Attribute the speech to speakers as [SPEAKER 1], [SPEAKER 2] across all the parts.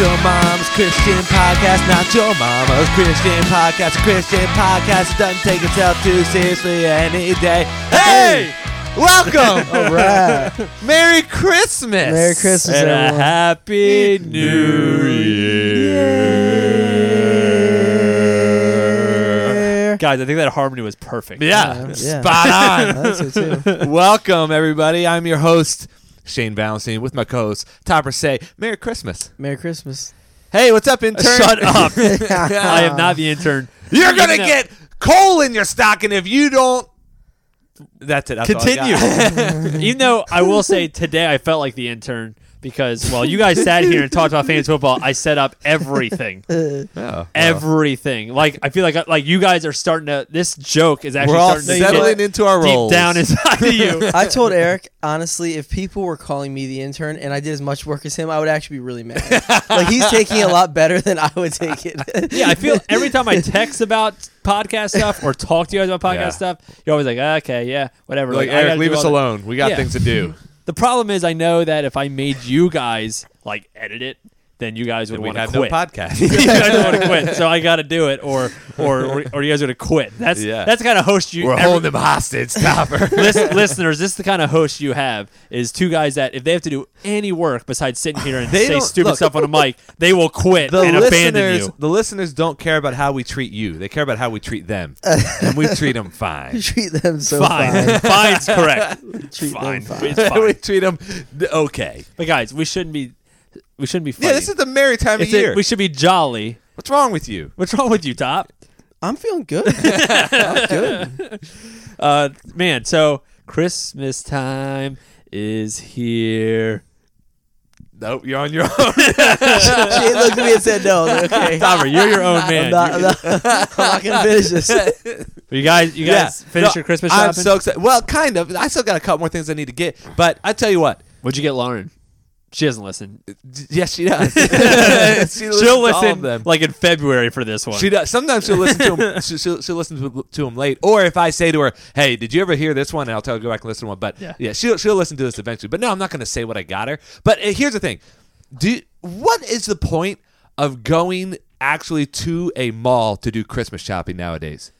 [SPEAKER 1] your mama's Christian podcast, not your mama's Christian podcast. A Christian podcast that doesn't take itself too seriously any day. Hey! Welcome!
[SPEAKER 2] All right.
[SPEAKER 1] Merry Christmas!
[SPEAKER 2] Merry Christmas,
[SPEAKER 1] And a
[SPEAKER 2] everyone.
[SPEAKER 1] Happy New Year!
[SPEAKER 3] Guys, I think that harmony was perfect.
[SPEAKER 1] Yeah,
[SPEAKER 2] Yeah.
[SPEAKER 1] spot on.
[SPEAKER 2] That's it too.
[SPEAKER 1] Welcome, everybody. I'm your host, Shane Valentine, with my co host, Topper Say. Merry Christmas.
[SPEAKER 2] Merry Christmas.
[SPEAKER 1] Hey, what's up, intern?
[SPEAKER 3] Shut up. I am not the intern.
[SPEAKER 1] You're going to
[SPEAKER 3] No.
[SPEAKER 1] get coal in your stocking if you don't. That's it. That's all I
[SPEAKER 3] Continue.
[SPEAKER 1] got.
[SPEAKER 3] Even though I will say today I felt like the intern because while you guys sat here and talked about fantasy football, I set up everything.
[SPEAKER 1] Oh, well.
[SPEAKER 3] Everything. Like I feel like like you guys are starting to this joke is actually
[SPEAKER 1] We're all
[SPEAKER 3] starting to
[SPEAKER 1] settling
[SPEAKER 3] get
[SPEAKER 1] into our
[SPEAKER 3] deep
[SPEAKER 1] roles.
[SPEAKER 3] down inside of you.
[SPEAKER 2] I told Eric honestly, if people were calling me the intern and I did as much work as him, I would actually be really mad. like he's taking it a lot better than I would take it.
[SPEAKER 3] Yeah, I feel every time I text about podcast stuff or talk to you guys about podcast
[SPEAKER 1] Yeah.
[SPEAKER 3] stuff, you're always like, okay, yeah, whatever.
[SPEAKER 1] We're like,
[SPEAKER 3] I gotta
[SPEAKER 1] Eric,
[SPEAKER 3] do
[SPEAKER 1] leave
[SPEAKER 3] all
[SPEAKER 1] us
[SPEAKER 3] that."
[SPEAKER 1] alone. We got
[SPEAKER 3] Yeah.
[SPEAKER 1] things to do.
[SPEAKER 3] The problem is, I know that if I made you guys like edit it, then you guys would
[SPEAKER 1] We'd have
[SPEAKER 3] want to quit.
[SPEAKER 1] no podcast.
[SPEAKER 3] you guys want to quit, so I got to do it, or or or, or you guys are gonna quit. That's
[SPEAKER 1] Yeah.
[SPEAKER 3] that's the kind of host you.
[SPEAKER 1] We're
[SPEAKER 3] every-
[SPEAKER 1] holding them hostage, Topper.
[SPEAKER 3] Lis- listeners, this is the kind of host you have is two guys that if they have to do any work besides sitting here and
[SPEAKER 1] They
[SPEAKER 3] say
[SPEAKER 1] don't-
[SPEAKER 3] stupid
[SPEAKER 1] look.
[SPEAKER 3] stuff on a mic, they will quit
[SPEAKER 1] the
[SPEAKER 3] and abandon
[SPEAKER 1] listeners,
[SPEAKER 3] you.
[SPEAKER 1] the listeners don't care about how we treat you. They care about how we treat them, and we treat them fine.
[SPEAKER 2] Treat them so fine.
[SPEAKER 3] Fine, fine's correct.
[SPEAKER 2] Treat
[SPEAKER 3] Fine,
[SPEAKER 2] them fine.
[SPEAKER 3] it's
[SPEAKER 1] we
[SPEAKER 3] fine.
[SPEAKER 1] treat them okay.
[SPEAKER 3] But guys, we shouldn't be we shouldn't be funny.
[SPEAKER 1] Yeah, this is the merry time
[SPEAKER 3] It's
[SPEAKER 1] of
[SPEAKER 3] a-
[SPEAKER 1] year.
[SPEAKER 3] we should be jolly.
[SPEAKER 1] What's wrong with you?
[SPEAKER 3] What's wrong with you, Top?
[SPEAKER 2] I'm feeling good. I'm good.
[SPEAKER 3] Uh, man, so Christmas time is here.
[SPEAKER 1] Nope, you're on your own.
[SPEAKER 2] she looked at me and said no. I'm like, okay.
[SPEAKER 3] Tommy, you're your own man.
[SPEAKER 2] I'm not, I'm not, I'm not gonna finish this.
[SPEAKER 3] you guys, you guys
[SPEAKER 1] Yeah.
[SPEAKER 3] finish
[SPEAKER 1] No,
[SPEAKER 3] your Christmas
[SPEAKER 1] I'm
[SPEAKER 3] shopping.
[SPEAKER 1] so excited. Well, kind of. I still got a couple more things I need to get, but I tell you what.
[SPEAKER 3] What'd you get, Lauren? She doesn't listen.
[SPEAKER 1] d- Yes, she does. she listens
[SPEAKER 3] She'll
[SPEAKER 1] to all of
[SPEAKER 3] listen
[SPEAKER 1] them.
[SPEAKER 3] like in February for this one.
[SPEAKER 1] She does. Sometimes she'll listen to him. she- She'll, she'll listen to, to him late, or if I say to her, "Hey, did you ever hear this one?" and I'll tell her to go back and listen to one. But yeah,
[SPEAKER 3] Yeah.
[SPEAKER 1] she'll she'll listen to this eventually. But no, I'm not going to say what I got her. But uh, here's the thing: Do what is the point of going actually to a mall to do Christmas shopping nowadays?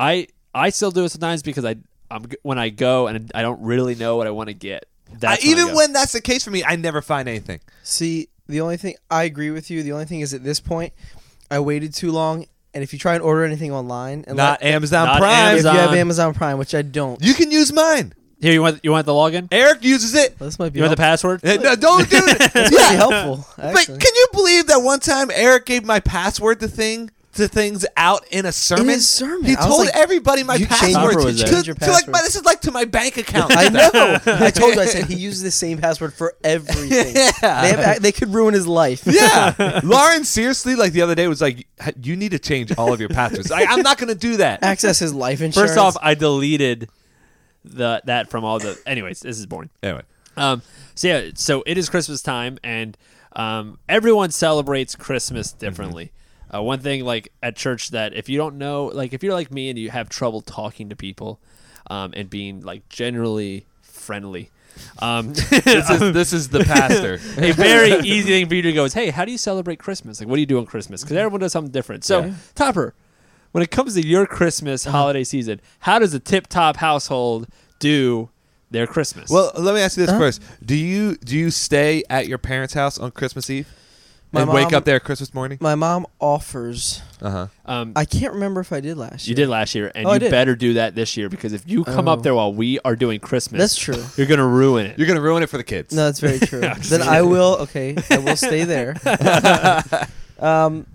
[SPEAKER 3] I I still do it sometimes because I I'm g- when I go and I don't really know what I want to get.
[SPEAKER 1] I,
[SPEAKER 3] That's
[SPEAKER 1] even
[SPEAKER 3] I go.
[SPEAKER 1] when that's the case for me, I never find anything.
[SPEAKER 2] See, the only thing I agree with you. The only thing is at this point, I waited too long. And if you try and order anything online, and
[SPEAKER 1] Not Amazon
[SPEAKER 3] not
[SPEAKER 1] Prime.
[SPEAKER 2] if you have
[SPEAKER 3] Amazon.
[SPEAKER 2] Amazon Prime, which I don't.
[SPEAKER 1] You can use mine.
[SPEAKER 3] here you want you want the login.
[SPEAKER 1] Eric uses it.
[SPEAKER 2] This might be
[SPEAKER 3] You want the
[SPEAKER 2] help-
[SPEAKER 3] password?
[SPEAKER 1] Uh, No, don't do it.
[SPEAKER 2] this might be
[SPEAKER 1] Yeah.
[SPEAKER 2] helpful.
[SPEAKER 1] But
[SPEAKER 2] Actually.
[SPEAKER 1] can you believe that one time Eric gave my password to thing to things out in a sermon?
[SPEAKER 2] his sermon.
[SPEAKER 1] He
[SPEAKER 2] I was
[SPEAKER 1] told
[SPEAKER 2] like,
[SPEAKER 1] everybody my
[SPEAKER 2] you changed-
[SPEAKER 1] password.
[SPEAKER 3] Papa was
[SPEAKER 1] To,
[SPEAKER 3] there.
[SPEAKER 1] to,
[SPEAKER 2] Change your
[SPEAKER 1] like my,
[SPEAKER 2] password.
[SPEAKER 1] this is like to my bank account.
[SPEAKER 2] I know. I told you. I said he uses the same password for everything.
[SPEAKER 1] Yeah.
[SPEAKER 2] They, have, they could ruin his life.
[SPEAKER 1] yeah, Lauren seriously, like the other day was like, "H- you need to change all of your passwords. I, I'm not going to do that.
[SPEAKER 2] Access his life insurance.
[SPEAKER 3] First off, I deleted the that from all the. Anyways, this is boring.
[SPEAKER 1] Anyway,
[SPEAKER 3] Um, so yeah, so it is Christmas time, and um, everyone celebrates Christmas differently. Uh, one thing, like at church, that if you don't know, like if you're like me and you have trouble talking to people, um, and being like generally friendly, um,
[SPEAKER 1] this is this is the pastor.
[SPEAKER 3] a very easy thing for you to go is, hey, how do you celebrate Christmas? Like, what do you do on Christmas? Because everyone does something different. So, Topper, when it comes to your Christmas holiday season, how does a tip top household do their Christmas?
[SPEAKER 1] Well, let me ask you this first: Do you do you stay at your parents' house on Christmas Eve
[SPEAKER 2] My
[SPEAKER 1] and wake
[SPEAKER 2] mom-
[SPEAKER 1] up there Christmas morning?
[SPEAKER 2] my mom offers.
[SPEAKER 1] Uh huh.
[SPEAKER 3] um,
[SPEAKER 2] I can't remember if I did last
[SPEAKER 3] you
[SPEAKER 2] year.
[SPEAKER 3] did last year, and
[SPEAKER 2] Oh, I
[SPEAKER 3] you
[SPEAKER 2] did.
[SPEAKER 3] better do that this year because if you come up
[SPEAKER 2] Oh.
[SPEAKER 3] there while we are doing Christmas,
[SPEAKER 2] That's true.
[SPEAKER 3] you're gonna ruin it.
[SPEAKER 1] You're going to ruin it for the kids.
[SPEAKER 2] No, that's very true. then I will. Okay, I will stay there. um,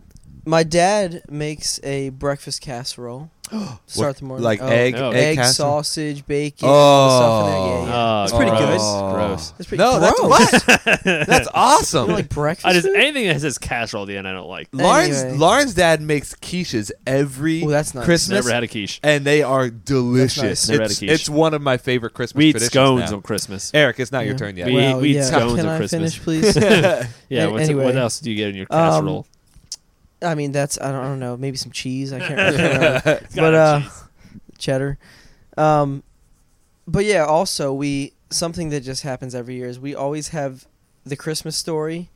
[SPEAKER 2] my dad makes a breakfast casserole. to Start the morning
[SPEAKER 1] like
[SPEAKER 2] Oh,
[SPEAKER 1] egg,
[SPEAKER 3] no.
[SPEAKER 1] egg,
[SPEAKER 2] egg,
[SPEAKER 1] casserole? Oh.
[SPEAKER 2] sausage, bacon, all the stuff in there. Yeah, yeah.
[SPEAKER 3] Oh,
[SPEAKER 2] it's pretty
[SPEAKER 3] gross.
[SPEAKER 2] good.
[SPEAKER 3] Gross.
[SPEAKER 2] It's pretty
[SPEAKER 1] no, that's
[SPEAKER 2] gross.
[SPEAKER 1] what. that's awesome.
[SPEAKER 2] You know, like breakfast.
[SPEAKER 3] I just
[SPEAKER 2] food?
[SPEAKER 3] anything that says casserole at the end, I don't like.
[SPEAKER 1] Lauren's
[SPEAKER 2] Anyway.
[SPEAKER 1] Lauren's dad makes quiches every
[SPEAKER 2] Ooh, that's nice.
[SPEAKER 1] Christmas,
[SPEAKER 3] Never had a quiche.
[SPEAKER 1] and they are delicious.
[SPEAKER 2] That's nice.
[SPEAKER 3] Never had a
[SPEAKER 1] It's,
[SPEAKER 3] quiche.
[SPEAKER 1] it's one of my favorite Christmas
[SPEAKER 3] We eat
[SPEAKER 1] traditions.
[SPEAKER 3] scones
[SPEAKER 1] now.
[SPEAKER 3] on Christmas.
[SPEAKER 1] Eric, it's not your
[SPEAKER 2] Yeah.
[SPEAKER 1] turn yet.
[SPEAKER 3] We-
[SPEAKER 2] Well,
[SPEAKER 3] we eat
[SPEAKER 2] yeah.
[SPEAKER 3] scones
[SPEAKER 2] Can
[SPEAKER 3] at
[SPEAKER 2] I
[SPEAKER 3] Christmas.
[SPEAKER 2] finish, please?
[SPEAKER 3] Yeah.
[SPEAKER 2] an-
[SPEAKER 3] What's, What
[SPEAKER 2] anyway.
[SPEAKER 3] else do you get in your
[SPEAKER 2] Um,
[SPEAKER 3] casserole?
[SPEAKER 2] I mean, that's I don't, I don't know. Maybe some cheese. I can't. I can't remember. but uh, cheddar. Um, but yeah, also we something that just happens every year is we always have the Christmas story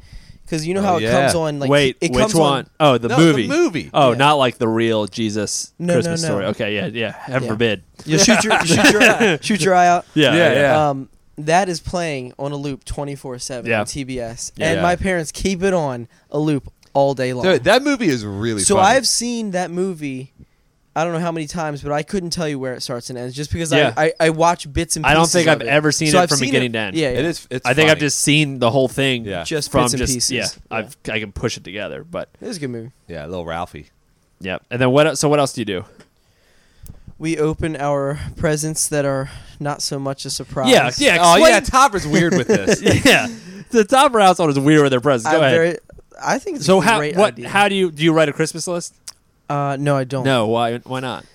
[SPEAKER 2] because you know
[SPEAKER 1] Oh,
[SPEAKER 2] how it
[SPEAKER 1] yeah.
[SPEAKER 2] comes on. Like
[SPEAKER 3] Wait,
[SPEAKER 2] it
[SPEAKER 3] which
[SPEAKER 2] comes
[SPEAKER 3] one?
[SPEAKER 2] On,
[SPEAKER 3] oh, the
[SPEAKER 1] No, the
[SPEAKER 3] movie.
[SPEAKER 1] movie.
[SPEAKER 3] Oh,
[SPEAKER 2] Yeah.
[SPEAKER 3] not like the real Jesus
[SPEAKER 2] No, no,
[SPEAKER 3] Christmas
[SPEAKER 2] no.
[SPEAKER 3] story. Okay, yeah, yeah. Heaven
[SPEAKER 2] Yeah.
[SPEAKER 3] forbid.
[SPEAKER 2] you shoot your shoot your shoot your eye out.
[SPEAKER 3] Yeah,
[SPEAKER 1] Yeah, yeah.
[SPEAKER 2] Um, that is playing on a loop twenty four seven
[SPEAKER 3] Yeah.
[SPEAKER 2] on TBS,
[SPEAKER 1] Yeah.
[SPEAKER 2] and my parents keep it on a loop all day long.
[SPEAKER 1] Dude, that movie is really
[SPEAKER 2] so
[SPEAKER 1] funny.
[SPEAKER 2] I've seen that movie. I don't know how many times, but I couldn't tell you where it starts and ends, just because
[SPEAKER 3] Yeah.
[SPEAKER 2] I, I, I watch bits and.
[SPEAKER 3] I
[SPEAKER 2] pieces
[SPEAKER 3] don't think
[SPEAKER 2] of
[SPEAKER 3] I've
[SPEAKER 2] it.
[SPEAKER 3] ever seen
[SPEAKER 2] So
[SPEAKER 3] it
[SPEAKER 2] I've
[SPEAKER 3] from
[SPEAKER 2] seen
[SPEAKER 3] beginning to end.
[SPEAKER 2] Yeah, yeah.
[SPEAKER 1] it is. It's
[SPEAKER 3] I think I've
[SPEAKER 1] funny.
[SPEAKER 3] just seen the whole thing.
[SPEAKER 1] Yeah.
[SPEAKER 2] just
[SPEAKER 3] from
[SPEAKER 2] bits and
[SPEAKER 3] just
[SPEAKER 2] pieces.
[SPEAKER 3] yeah, I've I can push it together, but
[SPEAKER 2] it was a good movie.
[SPEAKER 1] yeah, little Ralphie.
[SPEAKER 3] yeah. And then what? el- So what else do you do?
[SPEAKER 2] We open our presents that are not so much a surprise.
[SPEAKER 3] Yeah, yeah.
[SPEAKER 1] oh
[SPEAKER 3] explain-
[SPEAKER 1] yeah, Topper's weird with this.
[SPEAKER 3] yeah. The top row household is weird with their presents.
[SPEAKER 2] I'm
[SPEAKER 3] Go ahead.
[SPEAKER 2] very. I think it's
[SPEAKER 3] so
[SPEAKER 2] a
[SPEAKER 3] how?
[SPEAKER 2] great
[SPEAKER 3] What?
[SPEAKER 2] idea.
[SPEAKER 3] How do you do? You write a Christmas list?
[SPEAKER 2] Uh, no, I don't.
[SPEAKER 3] No. Why? Why not?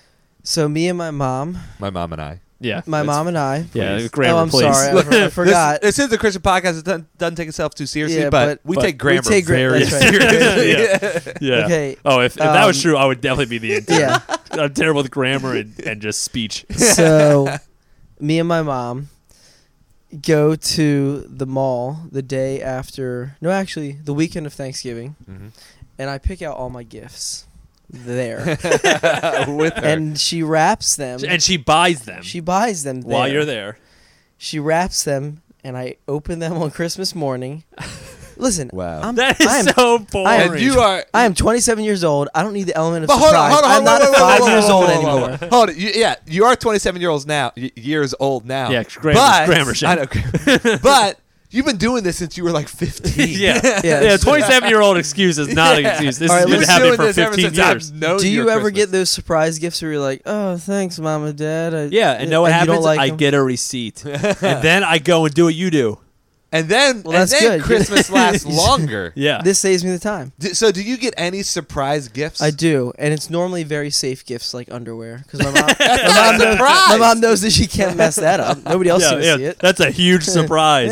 [SPEAKER 2] So me and my mom,
[SPEAKER 1] My mom and I.
[SPEAKER 3] Yeah.
[SPEAKER 2] my
[SPEAKER 1] That's-
[SPEAKER 2] mom and I.
[SPEAKER 3] yeah.
[SPEAKER 1] please.
[SPEAKER 3] Grammar,
[SPEAKER 2] oh, I'm
[SPEAKER 3] please.
[SPEAKER 2] sorry, I, for- I forgot.
[SPEAKER 1] This, this is a Christian podcast. It doesn't, doesn't take itself too seriously,
[SPEAKER 2] Yeah,
[SPEAKER 1] but,
[SPEAKER 2] but-
[SPEAKER 1] we
[SPEAKER 3] but
[SPEAKER 1] take grammar
[SPEAKER 2] we take gra-
[SPEAKER 1] very
[SPEAKER 2] that's right.
[SPEAKER 1] seriously.
[SPEAKER 3] yeah.
[SPEAKER 2] Okay.
[SPEAKER 3] Oh, if, if that was
[SPEAKER 2] Um,
[SPEAKER 3] true, I would definitely be the intern.
[SPEAKER 2] Yeah.
[SPEAKER 3] I'm terrible with grammar and, and just speech.
[SPEAKER 2] so me and my mom go to the mall the day after no actually the weekend of thanksgiving and i pick out all my gifts there
[SPEAKER 1] Mhm. with her.
[SPEAKER 2] and she wraps them
[SPEAKER 3] And she buys them
[SPEAKER 2] she buys them there.
[SPEAKER 3] while you're there.
[SPEAKER 2] she wraps them and i open them on christmas morning listen
[SPEAKER 1] Wow.
[SPEAKER 2] I'm,
[SPEAKER 3] That is
[SPEAKER 2] I'm,
[SPEAKER 3] so boring.
[SPEAKER 2] I am-
[SPEAKER 1] and you are.
[SPEAKER 2] I am 27 years old i don't need the element of
[SPEAKER 1] But hold on,
[SPEAKER 2] surprise
[SPEAKER 1] hold on,
[SPEAKER 2] i'm
[SPEAKER 1] hold on.
[SPEAKER 2] not
[SPEAKER 1] wait, wait,
[SPEAKER 2] a five
[SPEAKER 1] wait, wait,
[SPEAKER 2] years
[SPEAKER 1] wait,
[SPEAKER 2] old
[SPEAKER 1] wait, wait,
[SPEAKER 2] anymore
[SPEAKER 1] wait. Hold it. You, yeah, you are 27 year olds now. y- Years old now.
[SPEAKER 3] Yeah, grammar-
[SPEAKER 1] but,
[SPEAKER 3] grammar shit.
[SPEAKER 1] I know, but you've been doing this since you were like 15.
[SPEAKER 3] yeah. yeah.
[SPEAKER 2] Yeah.
[SPEAKER 3] 27 year old excuse is not an
[SPEAKER 1] Yeah.
[SPEAKER 3] excuse. This
[SPEAKER 2] All right,
[SPEAKER 3] has been
[SPEAKER 2] let's-
[SPEAKER 3] happening
[SPEAKER 1] doing
[SPEAKER 3] for
[SPEAKER 1] this ever
[SPEAKER 3] 15
[SPEAKER 1] since I've
[SPEAKER 3] years.
[SPEAKER 1] known
[SPEAKER 2] Do you
[SPEAKER 1] your
[SPEAKER 2] ever get
[SPEAKER 1] Christmas.
[SPEAKER 2] those surprise gifts where you're like, "Oh, thanks, mom and dad." I,
[SPEAKER 3] Yeah. And know what
[SPEAKER 2] you don't
[SPEAKER 3] happens?
[SPEAKER 2] like
[SPEAKER 3] I
[SPEAKER 2] them?"
[SPEAKER 3] get a receipt. and then I go and do what you do.
[SPEAKER 1] And then,
[SPEAKER 2] Well,
[SPEAKER 1] and
[SPEAKER 2] that's
[SPEAKER 1] then
[SPEAKER 2] good.
[SPEAKER 1] Christmas lasts longer.
[SPEAKER 3] Yeah.
[SPEAKER 2] This saves me the time.
[SPEAKER 1] D- So, do you get any surprise gifts?
[SPEAKER 2] I do, and it's normally very safe gifts like underwear because my mom, my,
[SPEAKER 1] Not
[SPEAKER 2] mom
[SPEAKER 1] a
[SPEAKER 2] knows,
[SPEAKER 1] surprise.
[SPEAKER 2] my mom knows that she can't mess that up. Nobody else
[SPEAKER 3] Yeah,
[SPEAKER 2] can
[SPEAKER 3] yeah,
[SPEAKER 2] see it.
[SPEAKER 3] That's a huge surprise.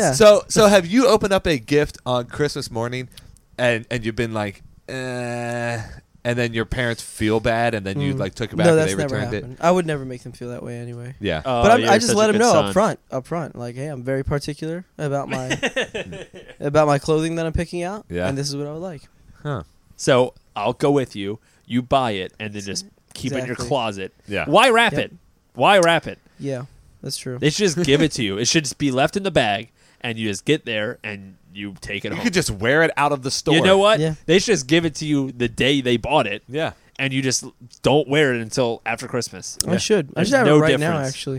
[SPEAKER 2] Yeah.
[SPEAKER 1] So, so have you opened up a gift on Christmas morning, and and you've been like, eh, and then your parents feel bad, and then you
[SPEAKER 2] Mm.
[SPEAKER 1] like took it back
[SPEAKER 2] No,
[SPEAKER 1] and
[SPEAKER 2] that's
[SPEAKER 1] they
[SPEAKER 2] never
[SPEAKER 1] returned it.
[SPEAKER 2] happened. I would never make them feel that way anyway.
[SPEAKER 1] Yeah.
[SPEAKER 3] Oh,
[SPEAKER 2] but I'm,
[SPEAKER 3] you're
[SPEAKER 2] I just
[SPEAKER 3] such
[SPEAKER 2] let
[SPEAKER 3] a
[SPEAKER 2] them
[SPEAKER 3] good
[SPEAKER 2] know
[SPEAKER 3] son.
[SPEAKER 2] up front, up front, like, "Hey, I'm very particular about my about my clothing that I'm picking out,
[SPEAKER 1] Yeah.
[SPEAKER 2] and this is what I would like."
[SPEAKER 1] Huh.
[SPEAKER 3] So I'll go with you. You buy it and then just keep it in your
[SPEAKER 2] Exactly.
[SPEAKER 3] closet.
[SPEAKER 1] Yeah.
[SPEAKER 3] Why wrap
[SPEAKER 2] Yep.
[SPEAKER 3] it? Why wrap it?
[SPEAKER 2] Yeah, that's true.
[SPEAKER 3] They should just give it to you. It should just be left in the bag, and you just get there and you take it
[SPEAKER 1] You
[SPEAKER 3] home.
[SPEAKER 1] could just wear it out of the store.
[SPEAKER 3] you know what?
[SPEAKER 2] Yeah.
[SPEAKER 3] They should just give it to you the day they bought it,
[SPEAKER 1] Yeah.
[SPEAKER 3] and you just don't wear it until after Christmas.
[SPEAKER 2] I should. I
[SPEAKER 3] There's
[SPEAKER 2] should have
[SPEAKER 3] no
[SPEAKER 2] it right now,
[SPEAKER 3] difference.
[SPEAKER 2] actually.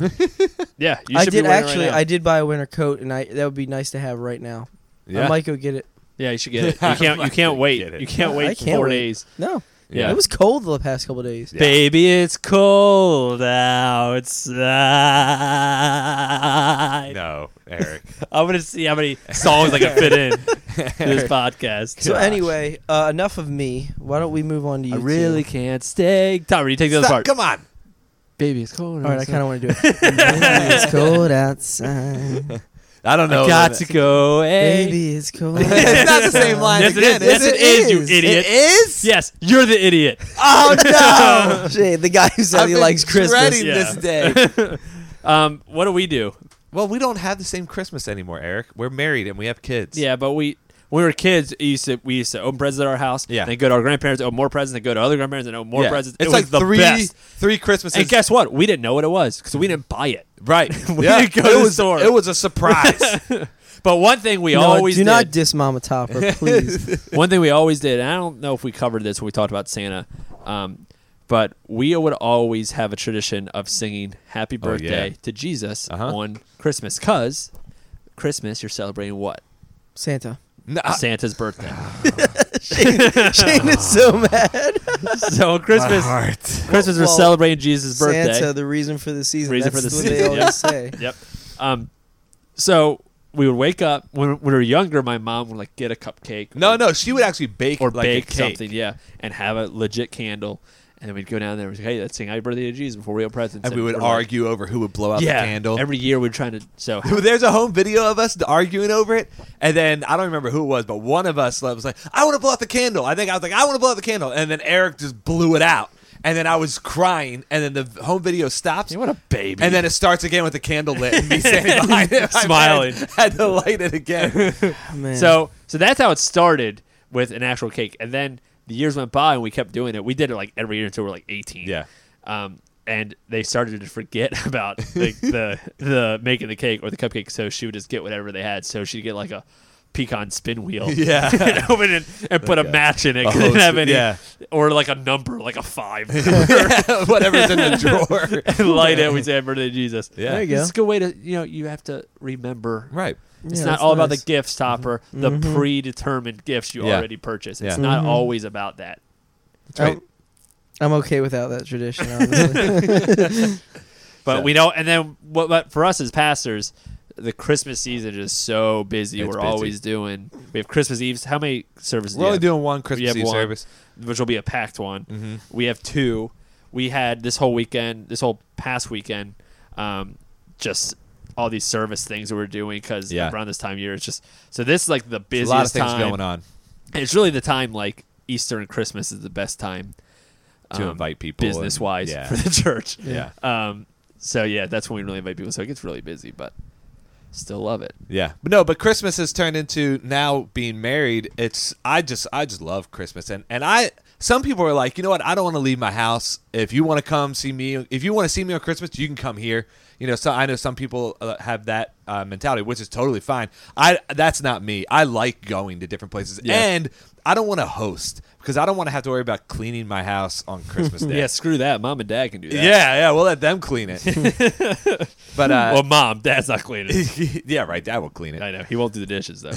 [SPEAKER 3] Yeah, you
[SPEAKER 2] I
[SPEAKER 3] should be
[SPEAKER 2] did
[SPEAKER 3] wearing it
[SPEAKER 2] actually.
[SPEAKER 3] Right
[SPEAKER 2] I
[SPEAKER 3] now.
[SPEAKER 2] did buy a winter coat, and I that would be nice to have right now.
[SPEAKER 1] Yeah.
[SPEAKER 2] I might go get it.
[SPEAKER 3] yeah, you should get it. You can't. You can't
[SPEAKER 1] Get
[SPEAKER 3] wait.
[SPEAKER 1] it.
[SPEAKER 3] You can't
[SPEAKER 2] I
[SPEAKER 3] wait
[SPEAKER 2] can't
[SPEAKER 3] four
[SPEAKER 2] wait.
[SPEAKER 3] days.
[SPEAKER 2] No,
[SPEAKER 3] Yeah.
[SPEAKER 2] it was cold the past couple days.
[SPEAKER 1] Yeah.
[SPEAKER 3] Baby, it's cold outside.
[SPEAKER 1] no, Eric.
[SPEAKER 3] I'm gonna see how many songs I can fit in to this podcast.
[SPEAKER 2] So anyway, uh, enough of me. Why don't we move on to you?
[SPEAKER 3] I really
[SPEAKER 2] Two?
[SPEAKER 3] can't stay. Tommy, you take the other
[SPEAKER 1] Stop,
[SPEAKER 3] part.
[SPEAKER 1] come on.
[SPEAKER 3] Baby, it's cold.
[SPEAKER 2] All right, I kind of want to do it. it's cold outside.
[SPEAKER 1] I don't know.
[SPEAKER 3] I got to go. eh?
[SPEAKER 2] Baby, it's cold.
[SPEAKER 1] it's not the same line
[SPEAKER 3] Yes, it
[SPEAKER 1] again.
[SPEAKER 3] is. Yes, it is, you
[SPEAKER 1] It
[SPEAKER 3] idiot.
[SPEAKER 1] is.
[SPEAKER 3] Yes, you're the idiot.
[SPEAKER 2] oh no! Shit, the guy who said
[SPEAKER 1] I've
[SPEAKER 2] he
[SPEAKER 1] been
[SPEAKER 2] likes Christmas.
[SPEAKER 1] dreading
[SPEAKER 3] Yeah.
[SPEAKER 1] this day.
[SPEAKER 3] Um, what do we do?
[SPEAKER 1] Well, we don't have the same Christmas anymore, Eric. We're married and we have kids.
[SPEAKER 3] Yeah, but we when we were kids, we used to we used to open presents at our house.
[SPEAKER 1] Yeah.
[SPEAKER 3] then go to our grandparents, open more presents, then go to other grandparents and open more
[SPEAKER 1] Yeah.
[SPEAKER 3] presents.
[SPEAKER 1] It's
[SPEAKER 3] It was
[SPEAKER 1] like
[SPEAKER 3] the
[SPEAKER 1] three
[SPEAKER 3] best.
[SPEAKER 1] three Christmases.
[SPEAKER 3] And guess what? We didn't know what it was because we didn't buy it.
[SPEAKER 1] right.
[SPEAKER 3] We didn't go
[SPEAKER 1] it
[SPEAKER 3] to the
[SPEAKER 1] was
[SPEAKER 3] store.
[SPEAKER 1] it was a surprise.
[SPEAKER 3] But one thing we
[SPEAKER 2] No,
[SPEAKER 3] always
[SPEAKER 2] do
[SPEAKER 3] did,
[SPEAKER 2] not diss Mama Topper, please.
[SPEAKER 3] one thing we always did, and I don't know if we covered this when we talked about Santa, um, but we would always have a tradition of singing "Happy
[SPEAKER 1] Oh, yeah.
[SPEAKER 3] Birthday" to Jesus
[SPEAKER 1] Uh-huh.
[SPEAKER 3] on Christmas, because Christmas you're celebrating what
[SPEAKER 2] Santa.
[SPEAKER 1] No,
[SPEAKER 3] Santa's birthday.
[SPEAKER 2] Shane is so mad.
[SPEAKER 3] so on
[SPEAKER 1] my
[SPEAKER 3] Christmas,
[SPEAKER 1] heart.
[SPEAKER 3] Christmas we're
[SPEAKER 2] Well,
[SPEAKER 3] celebrating Jesus' birthday.
[SPEAKER 2] Santa, the reason for the season.
[SPEAKER 3] Reason for
[SPEAKER 2] That's
[SPEAKER 3] the
[SPEAKER 2] what
[SPEAKER 3] season,
[SPEAKER 2] they
[SPEAKER 3] yeah.
[SPEAKER 2] always say.
[SPEAKER 3] Yep. Um, so we would wake up when, when we were younger. My mom would like get a cupcake.
[SPEAKER 1] No,
[SPEAKER 3] or,
[SPEAKER 1] no, she would actually bake
[SPEAKER 3] or
[SPEAKER 1] like a
[SPEAKER 3] bake
[SPEAKER 1] cake.
[SPEAKER 3] something, yeah, and have a legit candle. And then we'd go down there and say, "Hey, let's sing Happy Birthday to Jesus before real presents."
[SPEAKER 1] and we would
[SPEAKER 3] we're like-
[SPEAKER 1] argue over who would blow out
[SPEAKER 3] yeah,
[SPEAKER 1] the candle.
[SPEAKER 3] Every year we're trying to. So
[SPEAKER 1] There's a home video of us arguing over it, and then I don't remember who it was, but one of us was like, "I want to blow out the candle." I think I was like, "I want to blow out the candle," and then Eric just blew it out, and then I was crying, and then the home video stops.
[SPEAKER 3] Yeah, what a baby!
[SPEAKER 1] And then it starts again with the candle lit and me standing behind it. My
[SPEAKER 3] Smiling.
[SPEAKER 1] parents Had to light it again.
[SPEAKER 2] Oh, man.
[SPEAKER 3] so so that's how it started. with an actual cake. And then the years went by and we kept doing it. We did it like every year until we were like 18.
[SPEAKER 1] Yeah.
[SPEAKER 3] Um, and they started to forget about the, the the making the cake or the cupcake, so she would just get whatever they had. So she'd get like a pecan spin wheel,
[SPEAKER 1] Yeah.
[SPEAKER 3] and open it and put a match in it. 'cause
[SPEAKER 1] A
[SPEAKER 3] they didn't
[SPEAKER 1] whole
[SPEAKER 3] have
[SPEAKER 1] sp-
[SPEAKER 3] any,
[SPEAKER 1] yeah.
[SPEAKER 3] or like a number, like a five,
[SPEAKER 1] Whatever's in the drawer.
[SPEAKER 3] and light it. We say "Happy birthday, Jesus.
[SPEAKER 1] Yeah.
[SPEAKER 2] There you go.
[SPEAKER 3] It's a good way to you know you have to remember
[SPEAKER 1] Right.
[SPEAKER 3] it's
[SPEAKER 2] Yeah,
[SPEAKER 3] not
[SPEAKER 2] that's
[SPEAKER 3] all about the
[SPEAKER 2] nice.
[SPEAKER 3] gifts topper, the predetermined gifts you
[SPEAKER 1] Yeah.
[SPEAKER 3] already purchase. It's
[SPEAKER 1] Yeah.
[SPEAKER 3] not
[SPEAKER 2] Mhm.
[SPEAKER 3] always about that.
[SPEAKER 1] right.
[SPEAKER 2] Oh, I'm okay without that tradition. Honestly.
[SPEAKER 3] But
[SPEAKER 1] So-
[SPEAKER 3] we don't. And then what? But for us as pastors, the Christmas season is so busy.
[SPEAKER 1] It's
[SPEAKER 3] We're
[SPEAKER 1] busy.
[SPEAKER 3] always doing. We have Christmas Eves. How many services?
[SPEAKER 1] We're only
[SPEAKER 3] do you
[SPEAKER 1] doing one Christmas
[SPEAKER 3] have
[SPEAKER 1] Eve
[SPEAKER 3] one.
[SPEAKER 1] service.
[SPEAKER 3] have? Which will be a packed one.
[SPEAKER 1] Mm-hmm.
[SPEAKER 3] We have two. We had this whole weekend, this whole past weekend, um, just all these service things that we're doing because
[SPEAKER 1] Yeah.
[SPEAKER 3] around this time of year, it's just so. This is like the
[SPEAKER 1] A
[SPEAKER 3] busiest
[SPEAKER 1] lot of things
[SPEAKER 3] time.
[SPEAKER 1] going on
[SPEAKER 3] it's really the time like Easter and Christmas is the best time
[SPEAKER 1] to invite people. and-
[SPEAKER 3] business wise
[SPEAKER 1] Yeah.
[SPEAKER 3] for the church.
[SPEAKER 1] yeah.
[SPEAKER 3] Um, so yeah, that's when we really invite people. So it gets really busy, but still love it.
[SPEAKER 1] Yeah. But no, but Christmas has turned into now being married. It's I just I just love Christmas and and I some people are like, "You know what? I don't want to leave my house. If you want to come see me, if you want to see me on Christmas, you can come here." You know, so I know some people uh, have that uh, mentality, which is totally fine. I that's not me. I like going to different places
[SPEAKER 3] Yeah.
[SPEAKER 1] and I don't want to host because I don't want to have to worry about cleaning my house on Christmas
[SPEAKER 3] Yeah.
[SPEAKER 1] day.
[SPEAKER 3] screw that. Mom and dad can do that.
[SPEAKER 1] Yeah, yeah, we'll let them clean it. but uh
[SPEAKER 3] Well, mom, dad's not cleaning.
[SPEAKER 1] yeah, right, dad will clean it.
[SPEAKER 3] I know he won't do the dishes though.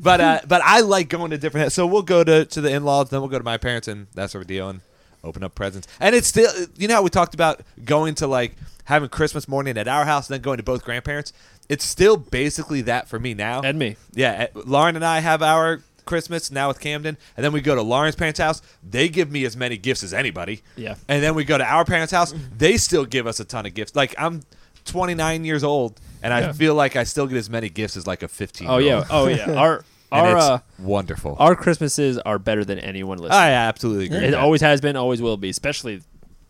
[SPEAKER 1] but uh, but I like going to different. So we'll go to to the in laws, then we'll go to my parents, and that sort of deal, and open up presents. And it's still, you know, how we talked about going to like having Christmas morning at our house, and then going to both grandparents. It's still basically that for me now.
[SPEAKER 3] and me.
[SPEAKER 1] yeah, uh, Lauren and I have our Christmas now with Camden, and then we go to Lauren's parents' house. They give me as many gifts as anybody.
[SPEAKER 3] Yeah.
[SPEAKER 1] and then we go to our parents' house. They still give us a ton of gifts. Like I'm 29 years old. And I
[SPEAKER 3] Yeah.
[SPEAKER 1] feel like I still get as many gifts as like a 15.
[SPEAKER 3] Oh yeah. Oh yeah. Our
[SPEAKER 1] And
[SPEAKER 3] our
[SPEAKER 1] it's
[SPEAKER 3] uh,
[SPEAKER 1] wonderful.
[SPEAKER 3] our Christmases are better than anyone listening.
[SPEAKER 1] I absolutely agree.
[SPEAKER 3] it
[SPEAKER 1] with that.
[SPEAKER 3] always has been, always will be, especially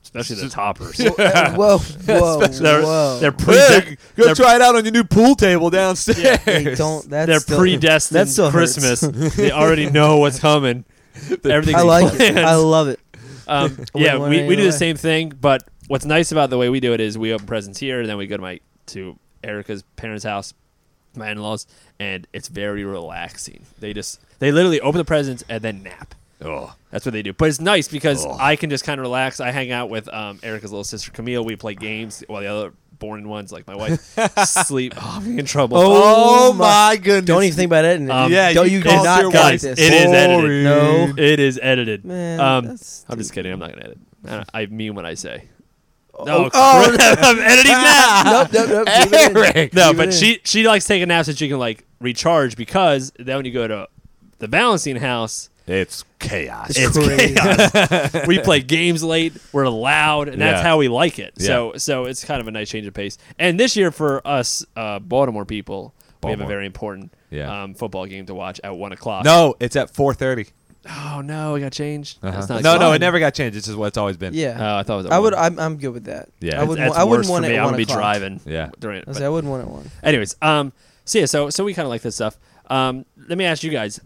[SPEAKER 3] especially the toppers.
[SPEAKER 2] whoa, whoa,
[SPEAKER 3] They're,
[SPEAKER 2] whoa!
[SPEAKER 3] they're pre-
[SPEAKER 1] Hey, go
[SPEAKER 3] they're-
[SPEAKER 1] try it out on your new pool table downstairs.
[SPEAKER 2] They don't. That's
[SPEAKER 3] they're
[SPEAKER 2] still,
[SPEAKER 3] predestined
[SPEAKER 2] that still hurts.
[SPEAKER 3] Christmas. they already know what's coming. Everything's
[SPEAKER 2] I like it.
[SPEAKER 3] planned.
[SPEAKER 2] I love it.
[SPEAKER 3] Um,
[SPEAKER 2] I
[SPEAKER 3] yeah,
[SPEAKER 2] wouldn't want
[SPEAKER 3] we,
[SPEAKER 2] it
[SPEAKER 3] we do the
[SPEAKER 2] either way.
[SPEAKER 3] same thing, but what's nice about the way we do it is we open presents here, and then we go to my to Erica's parents' house, my in laws, and it's very relaxing. They just they literally open the presents and then nap.
[SPEAKER 1] Oh,
[SPEAKER 3] That's what they do. But it's nice because
[SPEAKER 1] Ugh.
[SPEAKER 3] I can just kind of relax. I hang out with um, Erica's little sister Camille. We play games while the other boring ones like my wife sleep. Oh, I'm in trouble.
[SPEAKER 2] Oh,
[SPEAKER 1] Oh
[SPEAKER 2] my-
[SPEAKER 1] my goodness!
[SPEAKER 2] Don't even think about it.
[SPEAKER 3] Um,
[SPEAKER 1] Yeah,
[SPEAKER 2] don't
[SPEAKER 1] you
[SPEAKER 2] you,
[SPEAKER 1] called
[SPEAKER 2] do not
[SPEAKER 1] your
[SPEAKER 2] got
[SPEAKER 1] wife.
[SPEAKER 2] this.
[SPEAKER 3] It is edited.
[SPEAKER 2] No.
[SPEAKER 3] It is edited.
[SPEAKER 2] Man,
[SPEAKER 3] um,
[SPEAKER 2] that's
[SPEAKER 3] I'm just
[SPEAKER 2] stupid.
[SPEAKER 3] kidding. I'm not gonna edit. I, don't- I mean what I say.
[SPEAKER 2] Oh,
[SPEAKER 3] No, crap, I'm editing that.
[SPEAKER 2] nope, nope, nope. Leave it in.
[SPEAKER 1] Eric.
[SPEAKER 3] No,
[SPEAKER 2] Leave it
[SPEAKER 3] but
[SPEAKER 2] in.
[SPEAKER 3] she she likes taking naps so she can like recharge because then when you go to the balancing house,
[SPEAKER 1] It's chaos.
[SPEAKER 2] It's
[SPEAKER 3] it's
[SPEAKER 2] Crazy.
[SPEAKER 3] chaos. we play games late. We're loud, and that's
[SPEAKER 1] Yeah.
[SPEAKER 3] how we like it. So so it's kind of a nice change of pace. And this year for us uh, Baltimore people, we have
[SPEAKER 1] Baltimore.
[SPEAKER 3] a very important
[SPEAKER 1] Yeah.
[SPEAKER 3] um, football game to watch at one o'clock.
[SPEAKER 1] no, it's at four thirty.
[SPEAKER 3] oh no, it got changed. That's
[SPEAKER 1] Uh-huh. No,
[SPEAKER 3] not
[SPEAKER 1] no, it
[SPEAKER 3] fun.
[SPEAKER 1] never got changed. It's just what it's always been.
[SPEAKER 2] Yeah,
[SPEAKER 3] Oh, I thought it was. At
[SPEAKER 2] I would.
[SPEAKER 3] One.
[SPEAKER 2] I'm, I'm good with that.
[SPEAKER 1] Yeah.
[SPEAKER 2] I wouldn't.
[SPEAKER 3] That's
[SPEAKER 2] want- I wouldn't
[SPEAKER 3] worse
[SPEAKER 2] want
[SPEAKER 3] for
[SPEAKER 2] it.
[SPEAKER 3] me.
[SPEAKER 2] At
[SPEAKER 3] I
[SPEAKER 2] one
[SPEAKER 3] to be
[SPEAKER 2] o'clock.
[SPEAKER 3] driving.
[SPEAKER 1] Yeah.
[SPEAKER 3] During it.
[SPEAKER 2] I, was
[SPEAKER 3] but-
[SPEAKER 2] like, I wouldn't want it at one.
[SPEAKER 3] anyways, um, so yeah, so so we kind of like this stuff. Um, let me ask you guys.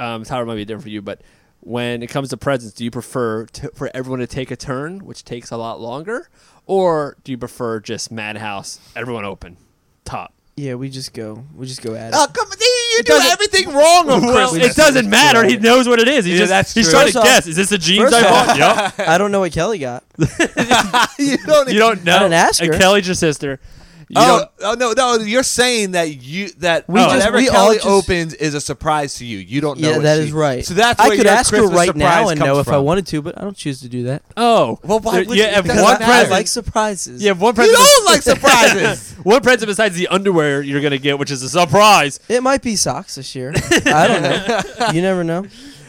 [SPEAKER 3] Um, Tyler might be different for you, but when it comes to presents, do you prefer to, for everyone to take a turn, which takes a lot longer, or do you prefer just madhouse, everyone open, top?
[SPEAKER 2] Yeah, we just go. We just go at it.
[SPEAKER 1] Oh come! on, You do
[SPEAKER 2] doesn't-
[SPEAKER 1] everything wrong on
[SPEAKER 3] Well,
[SPEAKER 1] Christmas.
[SPEAKER 3] it doesn't matter. He knows what it is. He
[SPEAKER 1] Yeah,
[SPEAKER 3] just
[SPEAKER 1] that's
[SPEAKER 3] he's
[SPEAKER 1] true.
[SPEAKER 3] trying to
[SPEAKER 2] First off-
[SPEAKER 3] guess. Is this the jeans
[SPEAKER 2] first
[SPEAKER 3] I
[SPEAKER 2] off-
[SPEAKER 3] bought? Yup.
[SPEAKER 2] I don't know what Kelly got.
[SPEAKER 1] you don't. e-
[SPEAKER 2] e-
[SPEAKER 3] You don't know.
[SPEAKER 2] didn't ask
[SPEAKER 3] And
[SPEAKER 2] her.
[SPEAKER 3] Kelly's your sister. You
[SPEAKER 1] oh,
[SPEAKER 3] don't,
[SPEAKER 1] oh no, no! You're saying that you that
[SPEAKER 2] We
[SPEAKER 1] oh,
[SPEAKER 2] just-
[SPEAKER 1] whatever
[SPEAKER 2] we all
[SPEAKER 1] Kelly
[SPEAKER 2] just-
[SPEAKER 1] opens is a surprise to you. You don't know.
[SPEAKER 2] yeah,
[SPEAKER 1] what
[SPEAKER 2] that
[SPEAKER 1] she-
[SPEAKER 2] is right.
[SPEAKER 1] So that's
[SPEAKER 2] I
[SPEAKER 1] where
[SPEAKER 2] could
[SPEAKER 1] your
[SPEAKER 2] ask
[SPEAKER 1] Christmas
[SPEAKER 2] her right now
[SPEAKER 1] surprise
[SPEAKER 2] and know
[SPEAKER 1] comes
[SPEAKER 2] if I
[SPEAKER 1] from.
[SPEAKER 2] wanted to, but I don't choose to do that.
[SPEAKER 3] oh.
[SPEAKER 1] Well, why
[SPEAKER 3] There-
[SPEAKER 1] would
[SPEAKER 3] you
[SPEAKER 1] you-
[SPEAKER 3] have
[SPEAKER 1] Because
[SPEAKER 3] one
[SPEAKER 1] I
[SPEAKER 2] I
[SPEAKER 3] present.
[SPEAKER 2] like surprises.
[SPEAKER 3] You have one
[SPEAKER 1] You
[SPEAKER 3] present.
[SPEAKER 1] don't like surprises.
[SPEAKER 3] One present besides the underwear you're gonna get, which is a surprise.
[SPEAKER 2] It might be socks this year. I don't know. You never know.